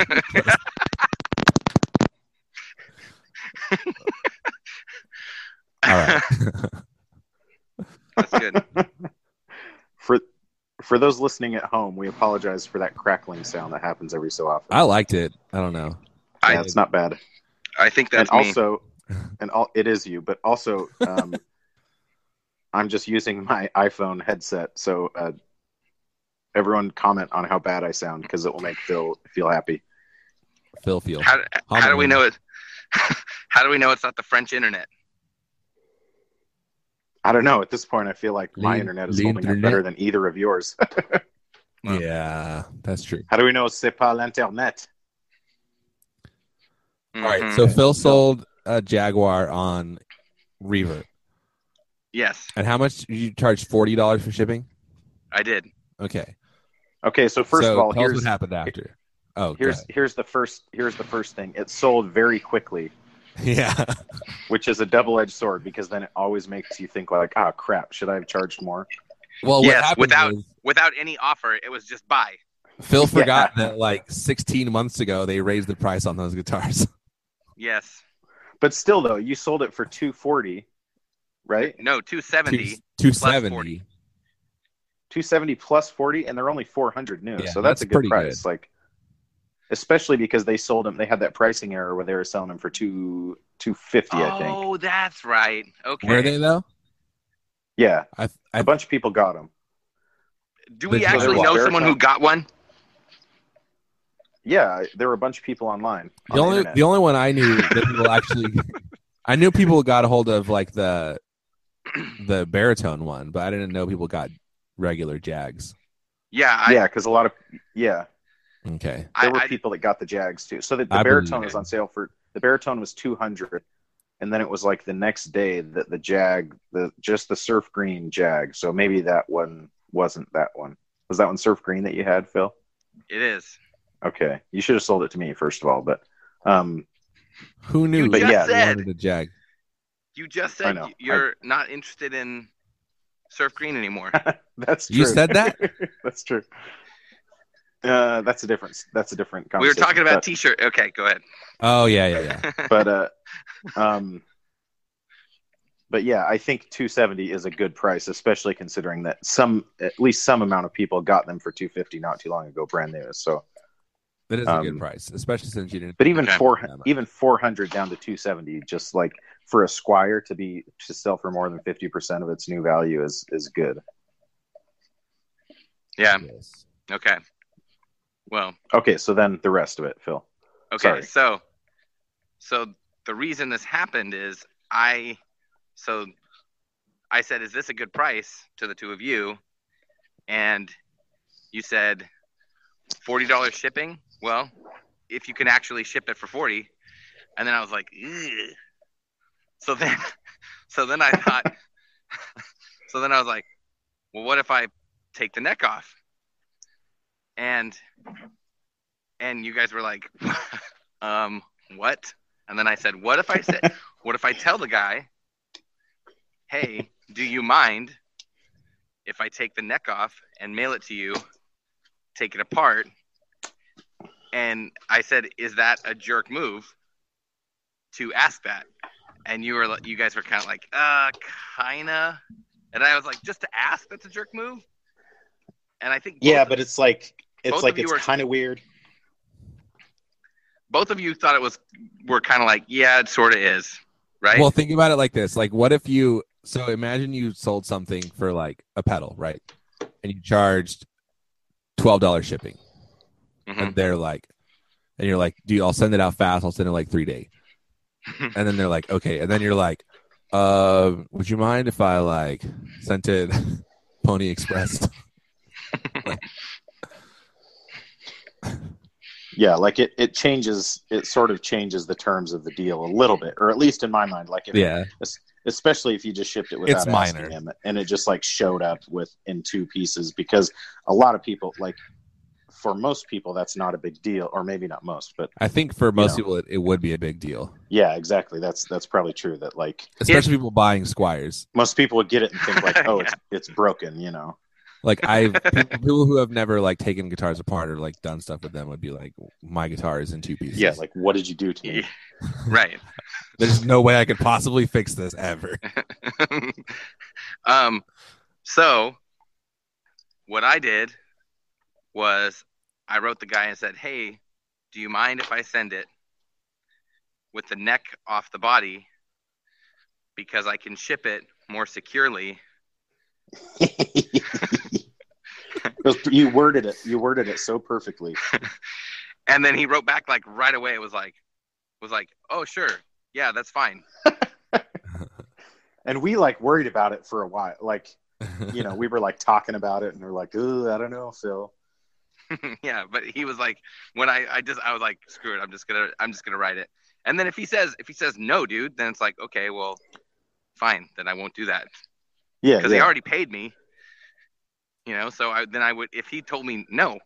[SPEAKER 3] All right.
[SPEAKER 2] That's good.
[SPEAKER 1] for for those listening at home, we apologize for that crackling sound that happens every so often.
[SPEAKER 3] I liked it. I don't know.
[SPEAKER 1] yeah,
[SPEAKER 2] I,
[SPEAKER 1] it's not bad.
[SPEAKER 2] I think
[SPEAKER 1] And
[SPEAKER 2] that's me.
[SPEAKER 1] also, and all, it is you, but also, um, I'm just using my iPhone headset, so uh, everyone comment on how bad I sound because it will make Phil feel happy.
[SPEAKER 3] Phil feel.
[SPEAKER 2] How, how do we
[SPEAKER 3] Hominum.
[SPEAKER 2] know it? How do we know it's not the French internet?
[SPEAKER 1] I don't know. At this point, I feel like my
[SPEAKER 3] Lean-
[SPEAKER 1] internet is
[SPEAKER 3] lean
[SPEAKER 1] holding up
[SPEAKER 3] internet.
[SPEAKER 1] better than either of yours.
[SPEAKER 2] Wow.
[SPEAKER 3] Yeah, that's true.
[SPEAKER 1] how do we know c'est pas l'internet?
[SPEAKER 3] All right.
[SPEAKER 2] Mhm.
[SPEAKER 1] Mm-hmm.
[SPEAKER 3] So Phil sold a Jaguar on Reverb.
[SPEAKER 2] yes,
[SPEAKER 3] And how much you charge forty dollars for shipping?
[SPEAKER 2] I did.
[SPEAKER 3] Okay.
[SPEAKER 1] Okay, so first
[SPEAKER 3] So
[SPEAKER 1] of all,
[SPEAKER 3] tell us
[SPEAKER 1] here's
[SPEAKER 3] what happened after. Oh,
[SPEAKER 1] here's here's the first here's the first thing. It sold very quickly.
[SPEAKER 3] good. yeah.
[SPEAKER 1] which is a double-edged sword because then it always makes you think like, oh crap, should I have charged more?
[SPEAKER 3] Well,
[SPEAKER 2] Yes,
[SPEAKER 3] what happened
[SPEAKER 2] without-
[SPEAKER 3] was
[SPEAKER 2] Without any offer, it was just buy.
[SPEAKER 3] Phil forgot that like sixteen months ago they raised the price on those guitars.
[SPEAKER 2] Yes.
[SPEAKER 1] But still, though, you sold it for two forty, right?
[SPEAKER 2] No, 270.
[SPEAKER 3] Two
[SPEAKER 2] plus
[SPEAKER 3] seventy.
[SPEAKER 2] 40.
[SPEAKER 1] Two seventy plus forty, and they're only four hundred new,
[SPEAKER 3] Yeah,
[SPEAKER 1] so that's,
[SPEAKER 3] that's
[SPEAKER 1] a good
[SPEAKER 3] pretty
[SPEAKER 1] price. Like, especially because they sold them, they had that pricing error where they were selling them for two two fifty, I think.
[SPEAKER 2] Oh, that's right. Okay.
[SPEAKER 3] Were they though?
[SPEAKER 1] Yeah,
[SPEAKER 3] I,
[SPEAKER 1] a
[SPEAKER 3] I
[SPEAKER 1] bunch of people got them.
[SPEAKER 2] Do we
[SPEAKER 3] They just
[SPEAKER 2] actually
[SPEAKER 1] were
[SPEAKER 2] know
[SPEAKER 1] wild.
[SPEAKER 2] someone who got one?
[SPEAKER 1] Yeah, there were a bunch of people online.
[SPEAKER 3] the only
[SPEAKER 1] the
[SPEAKER 3] the only one I knew that people actually I knew people got a hold of like the the baritone one, but I didn't know people got regular Jags.
[SPEAKER 2] Yeah, I,
[SPEAKER 1] internet. yeah, because a lot of yeah,
[SPEAKER 3] Okay.
[SPEAKER 2] I,
[SPEAKER 1] there were
[SPEAKER 2] I,
[SPEAKER 1] people that got the Jags too. So the, the
[SPEAKER 3] I believe
[SPEAKER 1] baritone
[SPEAKER 2] it.
[SPEAKER 1] was on sale for the baritone was two hundred, and then it was like the next day that the Jag, the just the surf green Jag. So maybe that one wasn't that one. Was that one surf green that you had, Phil?
[SPEAKER 2] it is.
[SPEAKER 1] Okay, you should have sold it to me first of all. But um,
[SPEAKER 3] Who knew?
[SPEAKER 2] You
[SPEAKER 1] But
[SPEAKER 2] just
[SPEAKER 1] yeah,
[SPEAKER 3] they
[SPEAKER 2] said
[SPEAKER 3] wanted a Jag.
[SPEAKER 2] you just
[SPEAKER 1] I
[SPEAKER 2] said
[SPEAKER 1] know.
[SPEAKER 2] you're not interested in surf green anymore.
[SPEAKER 1] that's true.
[SPEAKER 3] You said that?
[SPEAKER 1] that's true. Uh, that's a different. That's a different.
[SPEAKER 2] we were
[SPEAKER 1] Conversation.
[SPEAKER 2] talking about
[SPEAKER 1] But-
[SPEAKER 2] t-shirt. Okay, go ahead.
[SPEAKER 3] Oh yeah, yeah, yeah.
[SPEAKER 1] but uh um but yeah i think 270 is a good price especially considering that some at least some amount of people got them for 250 not too long ago brand new so
[SPEAKER 3] That is a good
[SPEAKER 1] Um,
[SPEAKER 3] price, especially since you didn't.
[SPEAKER 1] but even
[SPEAKER 2] Okay.
[SPEAKER 1] four
[SPEAKER 3] Yeah, man.
[SPEAKER 1] even 400 down to 270 just like for a squire to be to sell for more than 50% of its new value is is good
[SPEAKER 2] Yeah.
[SPEAKER 3] Yes.
[SPEAKER 2] Okay. Well,
[SPEAKER 1] Okay, so then the rest of it, Phil.
[SPEAKER 2] Okay,
[SPEAKER 1] Sorry.
[SPEAKER 2] so so the reason this happened is I so I said, "Is this a good price?" to the two of you, and you said forty dollars shipping. Well, if you can actually ship it for forty, and then I was like, "Ugh." so then so then I thought, so then I was like, well, what if I take the neck off? And and you guys were like, um, what? And then I said, what if I said, what if I tell the guy, hey, do you mind if I take the neck off and mail it to you, take it apart? And I said, is that a jerk move to ask that? And you were, li- you guys were kind of like, uh, kinda. And I was like, just to ask, that's a jerk move. And I think both
[SPEAKER 1] Yeah,
[SPEAKER 2] of
[SPEAKER 1] but it's like it's
[SPEAKER 2] Both of
[SPEAKER 1] like
[SPEAKER 2] you
[SPEAKER 1] it's
[SPEAKER 2] are-
[SPEAKER 1] kind of weird.
[SPEAKER 2] both of you thought it was were kind of like yeah it sort of is right
[SPEAKER 3] Well, think about it like this: like, what if you? So imagine you sold something for like a pedal, right? And you charged twelve dollars shipping,
[SPEAKER 2] Mhm.
[SPEAKER 3] and they're like, and you're like, "Dude, I'll send it out fast. I'll send it like three day." and then they're like, "Okay," and then you're like, uh, "Would you mind if I like sent it Pony Express?"
[SPEAKER 1] Yeah, like it it changes it sort of changes the terms of the deal a little bit, or at least in my mind. Like if,
[SPEAKER 3] yeah,
[SPEAKER 1] especially if you just shipped it without
[SPEAKER 3] It's
[SPEAKER 1] asking
[SPEAKER 3] minor.
[SPEAKER 1] him, and it just like showed up with in two pieces because a lot of people like for most people that's not a big deal, or maybe not most, but
[SPEAKER 3] I think for most
[SPEAKER 1] know.
[SPEAKER 3] people it, it would be a big deal,
[SPEAKER 1] yeah, exactly. That's that's probably true. That like
[SPEAKER 3] especially people buying Squires.
[SPEAKER 1] most people would get it and think like, oh, it's it's broken, you know.
[SPEAKER 3] Like I've people people who have never like taken guitars apart or like done stuff with them would be like, "My guitar is in two pieces."
[SPEAKER 1] Yeah, like what did you do to me?
[SPEAKER 2] Yeah. right
[SPEAKER 3] There's no way I could possibly fix this ever.
[SPEAKER 2] um so what i did was i wrote the guy and said hey do you mind if i send it with the neck off the body because i can ship it more securely
[SPEAKER 1] you worded it. You worded it so perfectly.
[SPEAKER 2] and then he wrote back like right away it was like was like oh sure yeah that's fine
[SPEAKER 1] And we like worried about it for a while. Like, you know, we were like talking about it and we're like, Ooh, I don't know, Phil.
[SPEAKER 2] yeah, but he was like, when I, I just, I was like, screw it, I'm just gonna, I'm just gonna write it. And then if he says, if he says no, dude, then it's like, okay, well, fine, then I won't do that
[SPEAKER 1] Yeah.
[SPEAKER 2] because he
[SPEAKER 1] yeah.
[SPEAKER 2] already paid me. You know, so I then I would, if he told me no,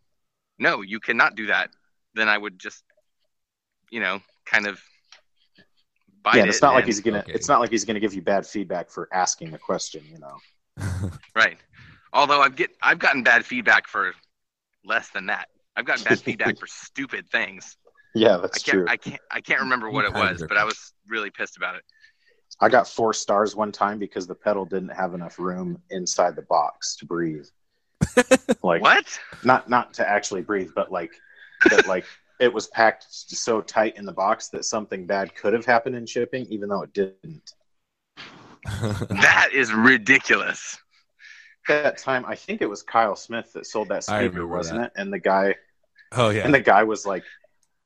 [SPEAKER 2] no, you cannot do that, then I would just, you know, kind of. Bite
[SPEAKER 1] yeah, and it's not like
[SPEAKER 2] and-
[SPEAKER 1] he's gonna.
[SPEAKER 3] okay.
[SPEAKER 1] It's not like he's gonna give you bad feedback for asking a question. You know.
[SPEAKER 2] Right. Although I've get I've gotten bad feedback for less than that. I've gotten bad feedback for stupid things.
[SPEAKER 1] Yeah,
[SPEAKER 2] I
[SPEAKER 1] that's
[SPEAKER 2] can't
[SPEAKER 1] true. I,
[SPEAKER 2] I can't I can't remember what it
[SPEAKER 3] Kind of
[SPEAKER 2] was, but
[SPEAKER 3] different.
[SPEAKER 2] I was really pissed about it.
[SPEAKER 1] got four stars one time because the pedal didn't have enough room inside the box to breathe. Like
[SPEAKER 2] what?
[SPEAKER 1] not not to actually breathe, but like that like it was packed so tight in the box that something bad could have happened in shipping, even though it didn't.
[SPEAKER 2] That is ridiculous.
[SPEAKER 1] At that time, I think it was Kyle Smith that sold that
[SPEAKER 3] I
[SPEAKER 1] speaker,
[SPEAKER 3] remember
[SPEAKER 1] wasn't it? And the guy
[SPEAKER 3] oh yeah.
[SPEAKER 1] and the guy was like,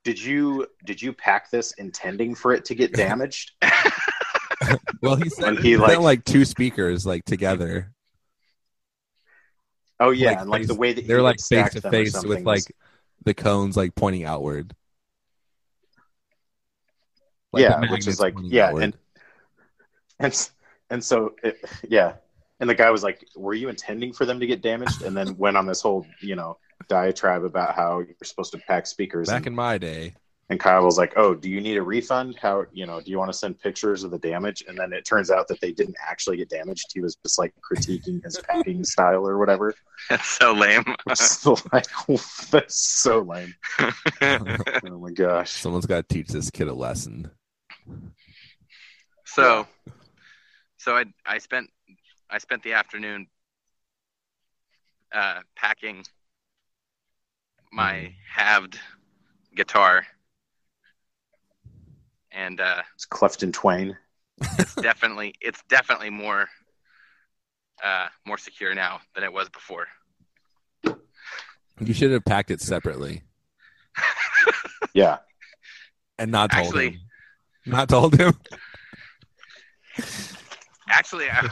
[SPEAKER 1] "Did you did you pack this intending for it to get damaged?"
[SPEAKER 3] Well, he said
[SPEAKER 1] When he,
[SPEAKER 3] he
[SPEAKER 1] like-
[SPEAKER 3] like, like two speakers like together.
[SPEAKER 1] Oh yeah,
[SPEAKER 3] Like
[SPEAKER 1] and like the
[SPEAKER 3] face-
[SPEAKER 1] way that he
[SPEAKER 3] They're
[SPEAKER 1] had
[SPEAKER 3] like face
[SPEAKER 1] stacked
[SPEAKER 3] to
[SPEAKER 1] them or
[SPEAKER 3] face
[SPEAKER 1] something
[SPEAKER 3] with
[SPEAKER 1] was-
[SPEAKER 3] like the cones like pointing outward.
[SPEAKER 1] Yeah,
[SPEAKER 3] the
[SPEAKER 1] which
[SPEAKER 3] magnets
[SPEAKER 1] is, like,
[SPEAKER 3] pointing
[SPEAKER 1] yeah, and- and s- and so it, yeah, and the guy was like, "Were you intending for them to get damaged?" And then went on this whole you know diatribe about how you're supposed to pack speakers.
[SPEAKER 3] back
[SPEAKER 1] And,
[SPEAKER 3] in my day.
[SPEAKER 1] and Kyle was like, "Oh, do you need a refund? How you know? Do you want to send pictures of the damage?" And then it turns out that they didn't actually get damaged. He was just like critiquing his packing style or whatever.
[SPEAKER 2] That's so lame.
[SPEAKER 1] So like, that's so lame. Oh my gosh.
[SPEAKER 3] Someone's got to teach this kid a lesson.
[SPEAKER 2] so so I I spent I spent the afternoon uh packing my
[SPEAKER 1] Mm-hmm.
[SPEAKER 3] Mhm.
[SPEAKER 2] halved guitar and uh
[SPEAKER 1] It's Clefton Twain.
[SPEAKER 2] it's definitely it's definitely more uh more secure now than it was before
[SPEAKER 3] You should have packed it separately
[SPEAKER 1] Yeah.
[SPEAKER 3] and not told
[SPEAKER 2] Actually-
[SPEAKER 3] him. Not told him.
[SPEAKER 2] Actually, I,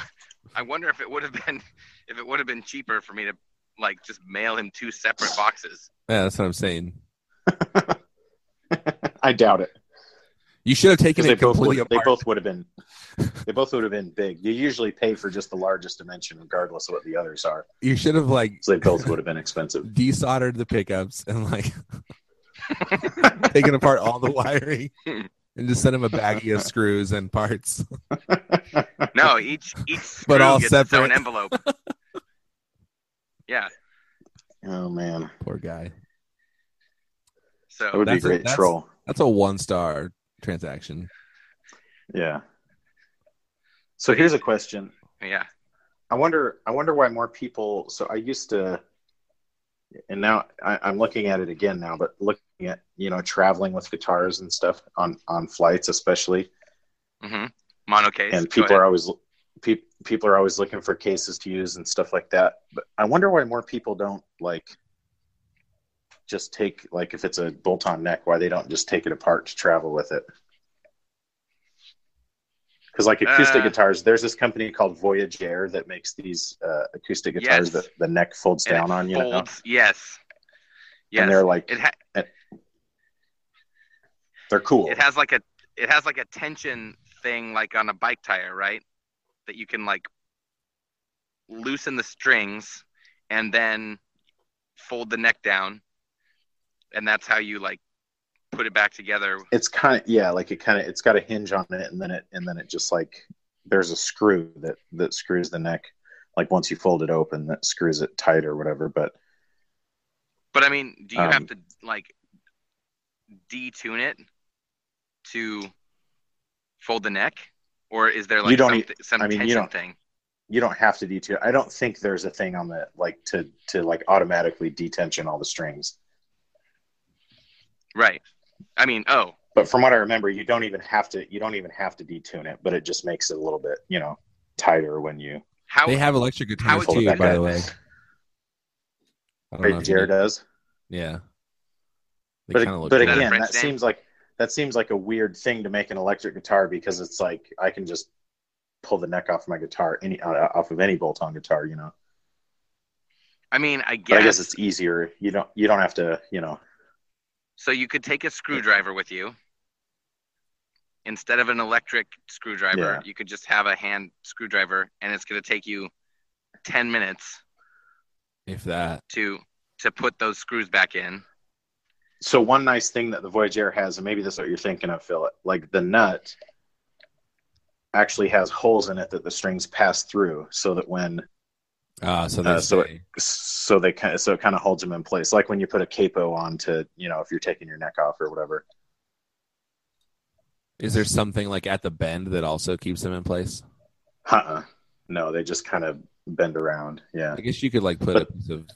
[SPEAKER 2] I wonder if it would have been if it would have been cheaper for me to like just mail him two separate boxes.
[SPEAKER 3] Yeah, that's what I'm saying.
[SPEAKER 1] I doubt it.
[SPEAKER 3] You should have taken
[SPEAKER 1] Because they
[SPEAKER 3] it
[SPEAKER 1] both
[SPEAKER 3] completely
[SPEAKER 1] would, they
[SPEAKER 3] apart.
[SPEAKER 1] both would have been they both would have been big. You usually pay for just the largest dimension, regardless of what the others are.
[SPEAKER 3] You should have like
[SPEAKER 1] So they both would have been expensive.
[SPEAKER 3] desoldered the pickups and like taken apart all the wiring and just sent him a baggie of screws and parts.
[SPEAKER 2] No, each each screw
[SPEAKER 3] But all
[SPEAKER 2] gets its own
[SPEAKER 3] separate.
[SPEAKER 2] envelope. yeah,
[SPEAKER 1] Oh man,
[SPEAKER 3] Poor guy.
[SPEAKER 2] so
[SPEAKER 1] that would be a
[SPEAKER 3] That's a-
[SPEAKER 1] great
[SPEAKER 3] that's-
[SPEAKER 1] troll.
[SPEAKER 3] That's a one star transaction.
[SPEAKER 1] Yeah. So here's a question.
[SPEAKER 2] yeah,
[SPEAKER 1] I wonder. I wonder why more people. So I used to, and now I, I'm looking at it again now. But looking at you know traveling with guitars and stuff on on flights, especially,
[SPEAKER 2] mm-hmm. mono case.
[SPEAKER 1] and
[SPEAKER 2] Go
[SPEAKER 1] people
[SPEAKER 2] ahead.
[SPEAKER 1] are always pe- people are always looking for cases to use and stuff like that. But I wonder why more people don't like just take like if it's a bolt on neck, why they don't just take it apart to travel with it. Because like acoustic
[SPEAKER 2] Uh.
[SPEAKER 1] guitars, there's this company called Voyage Air that makes these uh, acoustic guitars
[SPEAKER 2] Yes.
[SPEAKER 1] that the neck folds
[SPEAKER 2] And it
[SPEAKER 1] down on you, know?
[SPEAKER 2] folds. Yes, yes.
[SPEAKER 1] and they're like
[SPEAKER 2] it ha-
[SPEAKER 1] they're cool.
[SPEAKER 2] it has like a it has like a tension thing like on a bike tire right that you can like loosen the strings and then fold the neck down and that's how you like put it back together
[SPEAKER 1] it's kind of yeah, like it kind of it's got a hinge on it, and then it and then it just like there's a screw that that screws the neck. Like once you fold it open, that screws it tight or whatever. But
[SPEAKER 2] but i mean do you
[SPEAKER 1] Um,
[SPEAKER 2] have to like detune it to fold the neck or is there like
[SPEAKER 1] You don't
[SPEAKER 2] some,
[SPEAKER 1] e-
[SPEAKER 2] some
[SPEAKER 1] I mean, you
[SPEAKER 2] tension
[SPEAKER 1] don't-
[SPEAKER 2] thing
[SPEAKER 1] you don't have to detune. I don't think there's a thing on the like to to like automatically detension all the strings.
[SPEAKER 2] right i mean oh
[SPEAKER 1] But from what I remember, you don't even have to you don't even have to detune it, but it just makes it a little bit you know tighter when you
[SPEAKER 2] how
[SPEAKER 3] They have electric
[SPEAKER 2] how
[SPEAKER 3] guitars
[SPEAKER 2] would
[SPEAKER 1] fold
[SPEAKER 2] you
[SPEAKER 1] it
[SPEAKER 3] too,
[SPEAKER 1] back
[SPEAKER 3] by
[SPEAKER 1] up.
[SPEAKER 3] the way. I don't know
[SPEAKER 1] Right,
[SPEAKER 3] if you
[SPEAKER 1] Jared
[SPEAKER 3] did-
[SPEAKER 1] does.
[SPEAKER 3] Yeah. They
[SPEAKER 1] but
[SPEAKER 3] kinda look
[SPEAKER 1] but
[SPEAKER 2] Is that a
[SPEAKER 1] again,
[SPEAKER 2] French
[SPEAKER 1] that
[SPEAKER 2] name?
[SPEAKER 1] seems like that seems like a weird thing to make an electric guitar because it's like I can just pull the neck off my guitar any uh, off of any bolt-on guitar, you know.
[SPEAKER 2] i mean i
[SPEAKER 1] But
[SPEAKER 2] guess,
[SPEAKER 1] I guess it's easier. You don't you don't have to, you know.
[SPEAKER 2] So you could take a screwdriver with you. Instead of an electric screwdriver,
[SPEAKER 1] Yeah.
[SPEAKER 2] you could just have a hand screwdriver and it's going to take you 10 minutes
[SPEAKER 3] if that.
[SPEAKER 2] to to put those screws back in.
[SPEAKER 1] So one nice thing that the Voyager has, and maybe this is what you're thinking of, Phil, like the nut actually has holes in it that the strings pass through, so that when
[SPEAKER 3] Uh, so they
[SPEAKER 1] Uh, so it-
[SPEAKER 3] say-
[SPEAKER 1] so they kind of, so it kind of holds them in place, like when you put a capo on to, you know, if you're taking your neck off or whatever.
[SPEAKER 3] is there something like at the bend that also keeps them in place?
[SPEAKER 1] Uh-uh. No, they just kind of bend around. Yeah.
[SPEAKER 3] I guess you could like put
[SPEAKER 1] But-
[SPEAKER 3] a piece of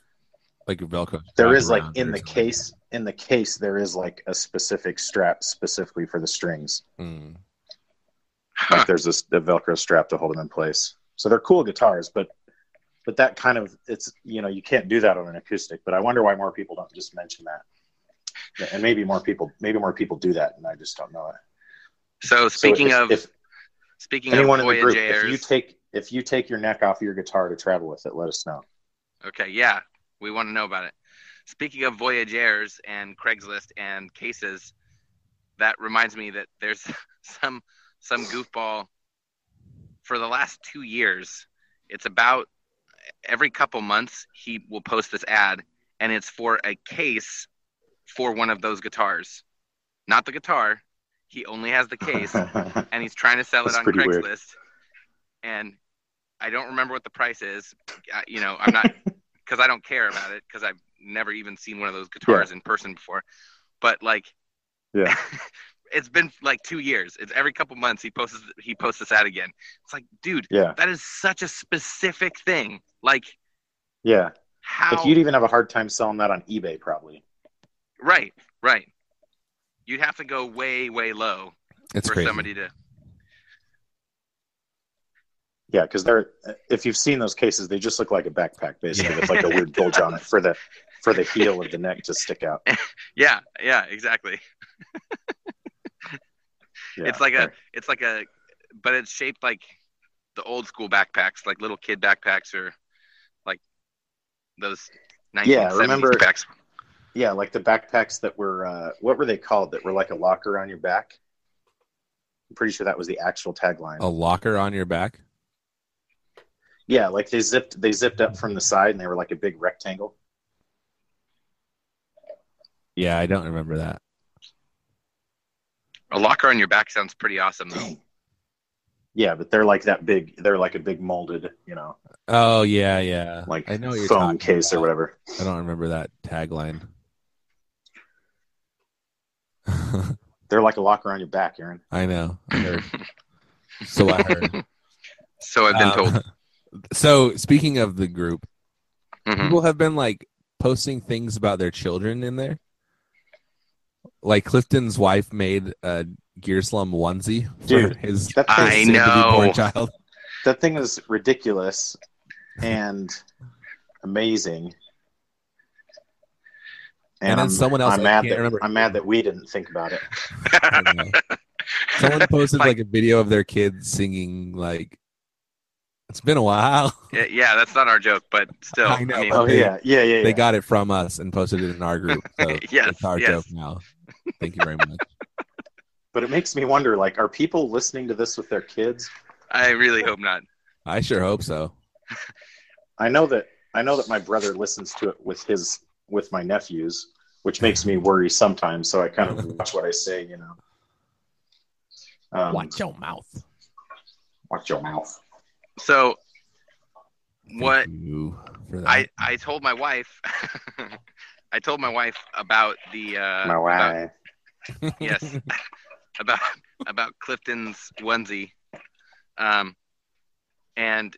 [SPEAKER 3] like a Velcro.
[SPEAKER 1] There
[SPEAKER 3] strap
[SPEAKER 1] is like
[SPEAKER 3] around it
[SPEAKER 1] in
[SPEAKER 3] or
[SPEAKER 1] the
[SPEAKER 3] something.
[SPEAKER 1] case in the case there is like a specific strap specifically for the strings.
[SPEAKER 3] Mm.
[SPEAKER 2] Huh.
[SPEAKER 1] Like there's this a Velcro strap to hold them in place. So they're cool guitars, but but that kind of it's you know you can't do that on an acoustic. But I wonder why more people don't just mention that, and maybe more people maybe more people do that, and I just don't know it.
[SPEAKER 2] So
[SPEAKER 1] So
[SPEAKER 2] speaking
[SPEAKER 1] if-
[SPEAKER 2] of
[SPEAKER 1] if
[SPEAKER 2] speaking of
[SPEAKER 1] anyone in the group,
[SPEAKER 2] Voyagers,
[SPEAKER 1] if you take if you take your neck off of your guitar to travel with it, let us know.
[SPEAKER 2] okay, yeah, we want to know about it. Speaking of Voyagers and Craigslist and cases, that reminds me that there's some some goofball for the last two years. It's about every couple months he will post this ad, and it's for a case for one of those guitars, not the guitar. He only has the case, and he's trying to sell it
[SPEAKER 1] That's
[SPEAKER 2] on
[SPEAKER 1] pretty weird.
[SPEAKER 2] Craigslist. And I don't remember what the price is. I, you know, I'm not because I don't care about it because I've never even seen one of those guitars in person before. But like,
[SPEAKER 1] Yeah.
[SPEAKER 2] it's been like two years. It's every couple months he posts he posts this ad again. It's like, dude,
[SPEAKER 1] yeah,
[SPEAKER 2] that is such a specific thing. Like
[SPEAKER 1] yeah.
[SPEAKER 2] how?
[SPEAKER 1] Like you'd even have a hard time selling that on eBay, probably.
[SPEAKER 2] right, right. You'd have to go way, way low
[SPEAKER 3] It's
[SPEAKER 2] for
[SPEAKER 3] crazy.
[SPEAKER 2] somebody to.
[SPEAKER 1] Yeah, because they're if you've seen those cases, they just look like a backpack basically
[SPEAKER 2] Yeah.
[SPEAKER 1] with like a weird bulge on it for the for the heel of the neck to stick out.
[SPEAKER 2] Yeah, yeah, exactly.
[SPEAKER 1] Yeah,
[SPEAKER 2] it's like a,
[SPEAKER 1] right.
[SPEAKER 2] it's like a, but it's shaped like the old school backpacks, like little kid backpacks or like those 1970s
[SPEAKER 1] remember-
[SPEAKER 2] packs.
[SPEAKER 1] yeah, like the backpacks that were uh, what were they called? That were like a locker on your back. I'm pretty sure that was the actual tagline.
[SPEAKER 3] A locker on your back.
[SPEAKER 1] Yeah, like they zipped they zipped up from the side and they were like a big rectangle.
[SPEAKER 3] Yeah, I don't remember that.
[SPEAKER 2] A locker on your back sounds pretty awesome though.
[SPEAKER 1] Yeah, but they're like that big. They're like a big molded, you know,
[SPEAKER 3] Oh yeah, yeah.
[SPEAKER 1] like
[SPEAKER 3] I know what you're
[SPEAKER 1] foam
[SPEAKER 3] talking
[SPEAKER 1] case or
[SPEAKER 3] about.
[SPEAKER 1] whatever.
[SPEAKER 3] I don't remember that tagline.
[SPEAKER 1] They're like a locker on your back, Aaron.
[SPEAKER 3] I know. I heard. so I heard.
[SPEAKER 2] So I've been
[SPEAKER 3] Um,
[SPEAKER 2] told.
[SPEAKER 3] So speaking of the group,
[SPEAKER 2] Mhm.
[SPEAKER 3] people have been like posting things about their children in there. Like Clifton's wife made a Gear Slum onesie for
[SPEAKER 1] Dude,
[SPEAKER 3] his
[SPEAKER 1] That thing,
[SPEAKER 2] I
[SPEAKER 3] soon-to-be born
[SPEAKER 2] know.
[SPEAKER 3] child.
[SPEAKER 1] that thing is ridiculous and amazing.
[SPEAKER 3] And then
[SPEAKER 1] I'm-
[SPEAKER 3] someone else-
[SPEAKER 1] I'm
[SPEAKER 3] I
[SPEAKER 1] mad
[SPEAKER 3] can't
[SPEAKER 1] that
[SPEAKER 3] remember.
[SPEAKER 1] I'm mad that we didn't think about it.
[SPEAKER 3] I know. Someone posted like,
[SPEAKER 2] Like-
[SPEAKER 3] a video of their kids singing like it's been a while.
[SPEAKER 2] Yeah, yeah, that's not our joke, but still.
[SPEAKER 3] I know,
[SPEAKER 2] mean,
[SPEAKER 1] Oh
[SPEAKER 3] They-
[SPEAKER 1] yeah, yeah, yeah.
[SPEAKER 3] They
[SPEAKER 1] yeah.
[SPEAKER 3] got it from us and posted it in our group. So
[SPEAKER 2] Yes,
[SPEAKER 3] it's our
[SPEAKER 2] yes.
[SPEAKER 3] joke now. Thank you very much.
[SPEAKER 1] but it makes me wonder. Like, are people listening to this with their kids?
[SPEAKER 2] I really hope not.
[SPEAKER 3] I sure hope so.
[SPEAKER 1] I know that I know that my brother listens to it with his with my nephews, which makes me worry sometimes. So I kind of watch what I say, you know. Um,
[SPEAKER 3] your mouth.
[SPEAKER 1] watch your mouth.
[SPEAKER 2] So what I
[SPEAKER 3] I
[SPEAKER 2] I told my wife I told my wife about the uh
[SPEAKER 1] my
[SPEAKER 2] about-
[SPEAKER 1] wife.
[SPEAKER 2] yes about about clifton's onesie um and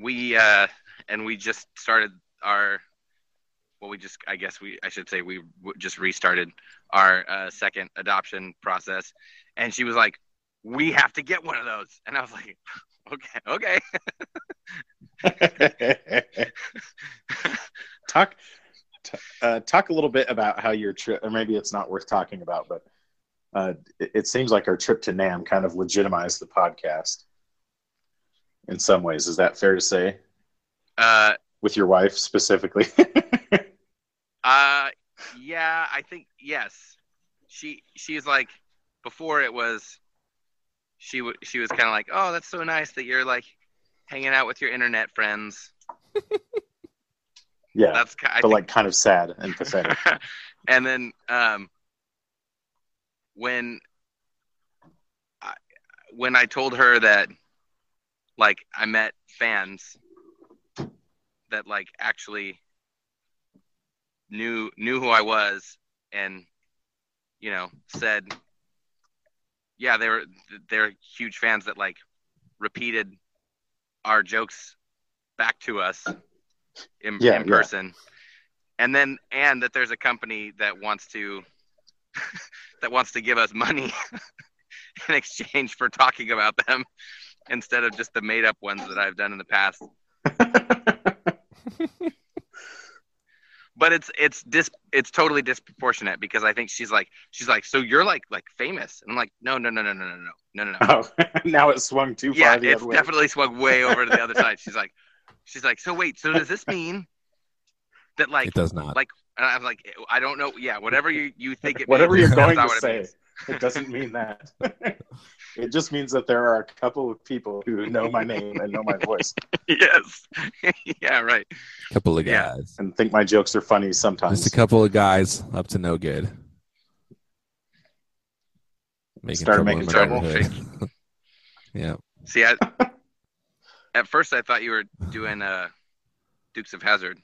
[SPEAKER 2] we uh and we just started our well we just i guess we i should say we w- just restarted our uh, second adoption process and she was like we have to get one of those and i was like okay okay
[SPEAKER 1] talk t- uh, talk a little bit about how your trip or maybe it's not worth talking about but uh, it, it seems like our trip to nam kind of legitimized the podcast in some ways is that fair to say
[SPEAKER 2] uh
[SPEAKER 1] with your wife specifically
[SPEAKER 2] Uh, yeah, I think yes. She she's like before it was. She w- she was kind of like, oh, that's so nice that you're like hanging out with your internet friends.
[SPEAKER 1] yeah
[SPEAKER 2] That's ki- Uh, I
[SPEAKER 1] but
[SPEAKER 2] think,
[SPEAKER 1] like kind of sad and pathetic
[SPEAKER 2] and then um, when I, when I told her that like I met fans that like actually knew knew who I was and you know said yeah they were they're huge fans that like repeated our jokes back to us in,
[SPEAKER 1] Yeah, yeah.
[SPEAKER 2] in person and then and that there's a company that wants to that wants to give us money in exchange for talking about them instead of just the made up ones that I've done in the past but it's it's dis it's totally disproportionate because I think she's like she's like so you're like like famous and I'm like no no no no no no no no no no
[SPEAKER 1] oh, now it swung too far
[SPEAKER 2] yeah
[SPEAKER 1] the
[SPEAKER 2] it's
[SPEAKER 1] other way
[SPEAKER 2] definitely swung way over to the other side she's like she's like so wait so does this mean that like
[SPEAKER 3] it does not.
[SPEAKER 2] like- and I'm like I don't know yeah whatever you you think it
[SPEAKER 1] whatever
[SPEAKER 2] means,
[SPEAKER 1] you're
[SPEAKER 2] that's
[SPEAKER 1] going
[SPEAKER 2] not
[SPEAKER 1] to
[SPEAKER 2] what it
[SPEAKER 1] say
[SPEAKER 2] means.
[SPEAKER 1] it doesn't mean that it just means that there are a couple of people who know my name and know my voice
[SPEAKER 2] yes yeah right
[SPEAKER 3] couple of
[SPEAKER 2] yeah.
[SPEAKER 3] guys.
[SPEAKER 1] and think my jokes are funny sometimes.
[SPEAKER 3] Just a couple of guys up to no good.
[SPEAKER 1] Start
[SPEAKER 3] trouble
[SPEAKER 1] making
[SPEAKER 3] in my
[SPEAKER 2] trouble.
[SPEAKER 3] neighborhood. yeah.
[SPEAKER 2] see I at first I thought you were doing uh Dukes of Hazard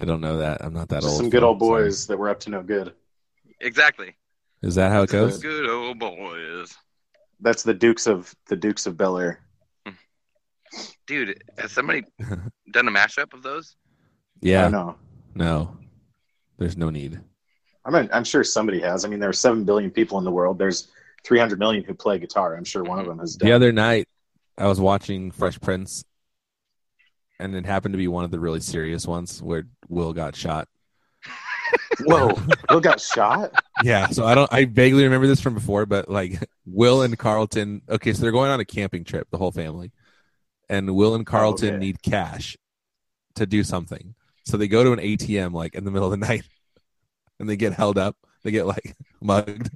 [SPEAKER 3] I don't know that. I'm not that
[SPEAKER 1] Just
[SPEAKER 3] old.
[SPEAKER 1] some good
[SPEAKER 3] so-
[SPEAKER 1] old boys that were up to no good.
[SPEAKER 2] exactly
[SPEAKER 3] so- Is that how it goes?
[SPEAKER 2] good old boys.
[SPEAKER 1] That's the Dukes of the Dukes of Bel Air.
[SPEAKER 2] Dude, has somebody done a mashup of those?
[SPEAKER 1] I
[SPEAKER 3] Yeah.
[SPEAKER 1] know.
[SPEAKER 3] No. There's no need.
[SPEAKER 1] I mean, I'm sure somebody has. I mean, there are seven billion people in the world. There's 300 million who play guitar. I'm sure one of them has done.
[SPEAKER 3] The other night, I was watching Fresh Prince, and it happened to be one of the really serious ones where Will got shot.
[SPEAKER 1] Whoa! Will got shot.
[SPEAKER 3] Yeah, so I don't. I vaguely remember this from before, but like Will and Carlton. Okay, so they're going on a camping trip, the whole family, and Will
[SPEAKER 1] Oh,
[SPEAKER 3] and Carlton
[SPEAKER 1] okay.
[SPEAKER 3] need cash to do something. So they go to an ATM like in the middle of the night, and they get held up. They get like mugged,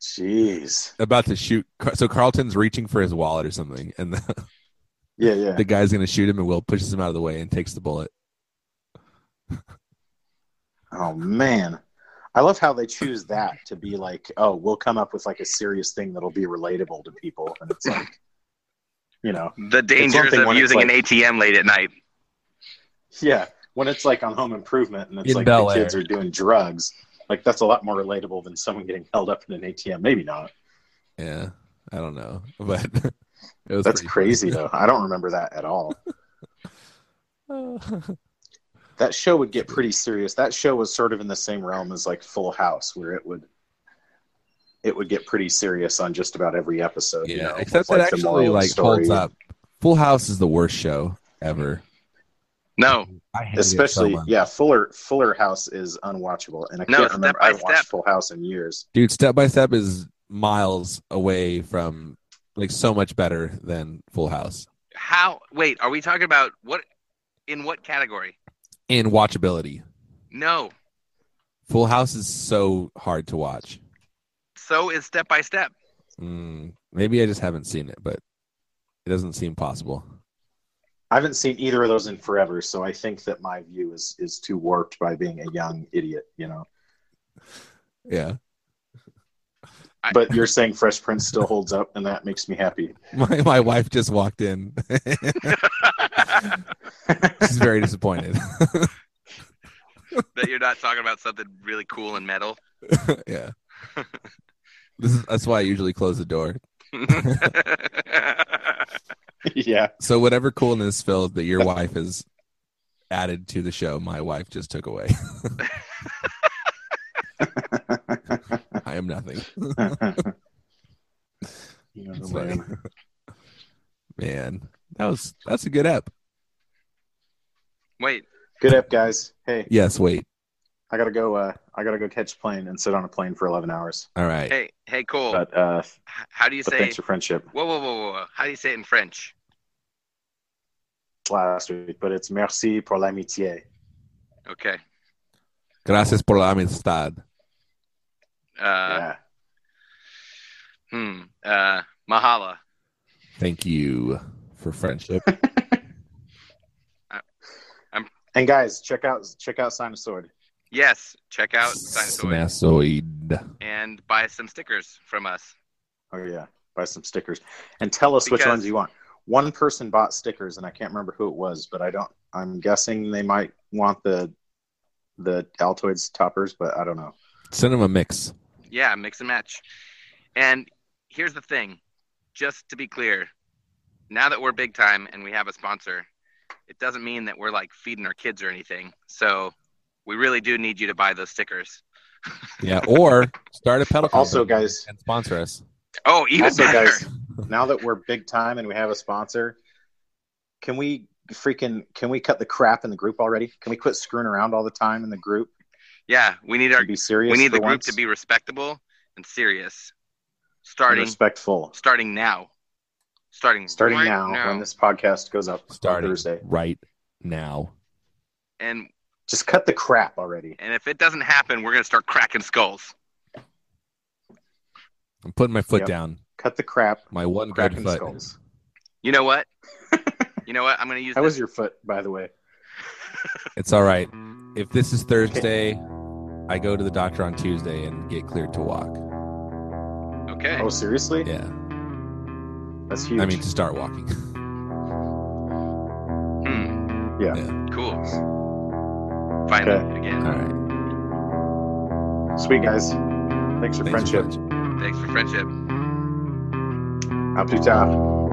[SPEAKER 1] Jeez.
[SPEAKER 3] about to shoot. Car- So Carlton's reaching for his wallet or something, and the,
[SPEAKER 1] Yeah, yeah.
[SPEAKER 3] the guy's gonna shoot him, and Will pushes him out of the way and takes the bullet.
[SPEAKER 1] Oh man, I love how they choose that to be like, oh, we'll come up with like a serious thing that'll be relatable to people, and it's like, you know,
[SPEAKER 2] The dangers
[SPEAKER 1] thing
[SPEAKER 2] of
[SPEAKER 1] when it's
[SPEAKER 2] using an
[SPEAKER 1] like-
[SPEAKER 2] ATM late at night.
[SPEAKER 1] yeah. When it's like on Home Improvement and it's
[SPEAKER 3] In
[SPEAKER 1] like
[SPEAKER 3] Bel
[SPEAKER 1] the
[SPEAKER 3] Air.
[SPEAKER 1] kids are doing drugs, like that's a lot more relatable than someone getting held up in an ATM. Maybe not.
[SPEAKER 3] Yeah, I don't know, but it was
[SPEAKER 1] That's
[SPEAKER 3] pretty
[SPEAKER 1] crazy though. I don't remember that at all.
[SPEAKER 3] funny.
[SPEAKER 1] That show would get pretty serious. That show was sort of in the same realm as like Full House, where it would. It would get pretty serious on just about every episode. you know,
[SPEAKER 3] yeah,
[SPEAKER 1] with,
[SPEAKER 3] except that
[SPEAKER 1] like, the moral
[SPEAKER 3] actually
[SPEAKER 1] of the
[SPEAKER 3] like
[SPEAKER 1] story.
[SPEAKER 3] holds up. Full House is the worst show ever.
[SPEAKER 2] No,
[SPEAKER 1] Mm-hmm.
[SPEAKER 3] I hate
[SPEAKER 1] especially yeah fuller fuller house is unwatchable and i
[SPEAKER 2] No,
[SPEAKER 1] can't
[SPEAKER 2] Step
[SPEAKER 1] remember
[SPEAKER 2] by
[SPEAKER 1] i've watched
[SPEAKER 2] Step.
[SPEAKER 1] full house in years
[SPEAKER 3] dude. Step by Step is miles away from like so much better than Full House
[SPEAKER 2] how? Wait, are we talking about what? In what category?
[SPEAKER 3] in watchability.
[SPEAKER 2] No.
[SPEAKER 3] Full House is so hard to watch.
[SPEAKER 2] So is step by step.
[SPEAKER 3] Mm, maybe I just haven't seen it, but it doesn't seem possible.
[SPEAKER 1] i haven't seen either of those in forever so i think that my view is is too warped by being a young idiot you know
[SPEAKER 3] Yeah,
[SPEAKER 2] I-
[SPEAKER 1] but you're saying fresh prince still holds up and that makes me happy
[SPEAKER 3] my my wife just walked in. She's very disappointed.
[SPEAKER 2] that you're not talking about something really cool and metal.
[SPEAKER 3] yeah. This is, that's why I usually close the door.
[SPEAKER 1] yeah
[SPEAKER 3] So whatever coolness Phil that your wife has added to the show, my wife just took away. I am nothing.
[SPEAKER 1] You know, man.
[SPEAKER 3] That's funny. Man, that was that's a good app.
[SPEAKER 2] Wait,
[SPEAKER 1] good up guys hey
[SPEAKER 3] Yes, wait.
[SPEAKER 1] i gotta go uh i gotta go catch plane and sit on a plane for 11 hours
[SPEAKER 3] All right.
[SPEAKER 2] hey, hey, Cole.
[SPEAKER 1] but uh
[SPEAKER 2] h- how do you
[SPEAKER 1] but
[SPEAKER 2] say?
[SPEAKER 1] thanks for friendship
[SPEAKER 2] Whoa, whoa, whoa, whoa, whoa! How do you say it in French?
[SPEAKER 1] last week but it's merci pour l'amitié
[SPEAKER 2] Okay.
[SPEAKER 3] Gracias por la amistad.
[SPEAKER 2] Uh,
[SPEAKER 1] yeah
[SPEAKER 2] Hmm. Uh, Mahala.
[SPEAKER 3] Thank you for friendship.
[SPEAKER 1] and guys check out check out sinusoid
[SPEAKER 2] Yes. Check out Sinusoid
[SPEAKER 3] Sinusoid.
[SPEAKER 2] and buy some stickers from us.
[SPEAKER 1] Oh yeah, buy some stickers and tell us which
[SPEAKER 2] Because-
[SPEAKER 1] ones you want. One person bought stickers, and I can't remember who it was, but I don't. I'm guessing they might want the the Altoids toppers, but I don't know.
[SPEAKER 3] Cinema mix.
[SPEAKER 2] Yeah, mix and match. And here's the thing, just to be clear, now that we're big time and we have a sponsor, it doesn't mean that we're like feeding our kids or anything. So we really do need you to buy those stickers.
[SPEAKER 3] Yeah. Or start a pedal.
[SPEAKER 1] Also,
[SPEAKER 3] company
[SPEAKER 1] guys,
[SPEAKER 3] and sponsor us.
[SPEAKER 2] Oh, even
[SPEAKER 1] also
[SPEAKER 2] better.
[SPEAKER 1] guys, now that we're big time and we have a sponsor, can we freaking can we cut the crap in the group already? Can we quit screwing around all the time in the group
[SPEAKER 2] Yeah, we need our
[SPEAKER 1] and be serious?
[SPEAKER 2] we need
[SPEAKER 1] for
[SPEAKER 2] the group
[SPEAKER 1] once
[SPEAKER 2] to be respectable and serious.
[SPEAKER 1] and
[SPEAKER 2] Starting
[SPEAKER 1] respectful.
[SPEAKER 2] starting now. Starting
[SPEAKER 1] Starting
[SPEAKER 2] right
[SPEAKER 1] now, when this podcast goes up
[SPEAKER 3] Starting
[SPEAKER 1] on Thursday,
[SPEAKER 3] right now.
[SPEAKER 2] and
[SPEAKER 1] just cut the crap already.
[SPEAKER 2] and if it doesn't happen, we're gonna start cracking skulls.
[SPEAKER 3] I'm putting my foot
[SPEAKER 1] Yep.
[SPEAKER 3] down.
[SPEAKER 1] Cut the crap.
[SPEAKER 3] My one good
[SPEAKER 1] Cracking
[SPEAKER 3] foot.
[SPEAKER 1] skulls.
[SPEAKER 2] You know what? you know what? I'm gonna use
[SPEAKER 1] How
[SPEAKER 2] this-
[SPEAKER 1] was your foot, by the way?
[SPEAKER 3] It's all right. If this is Thursday, I go to the doctor on Tuesday and get cleared to walk.
[SPEAKER 2] Okay.
[SPEAKER 1] Oh, seriously?
[SPEAKER 3] Yeah.
[SPEAKER 1] That's huge.
[SPEAKER 3] I mean, to start walking.
[SPEAKER 2] Hmm.
[SPEAKER 1] Yeah.
[SPEAKER 2] Cool. Finally,
[SPEAKER 3] All
[SPEAKER 2] again,
[SPEAKER 3] right.
[SPEAKER 1] Sweet, guys. Thanks for
[SPEAKER 3] Thanks for
[SPEAKER 1] friendship.
[SPEAKER 3] friendship.
[SPEAKER 2] thanks for friendship.
[SPEAKER 1] Up to top.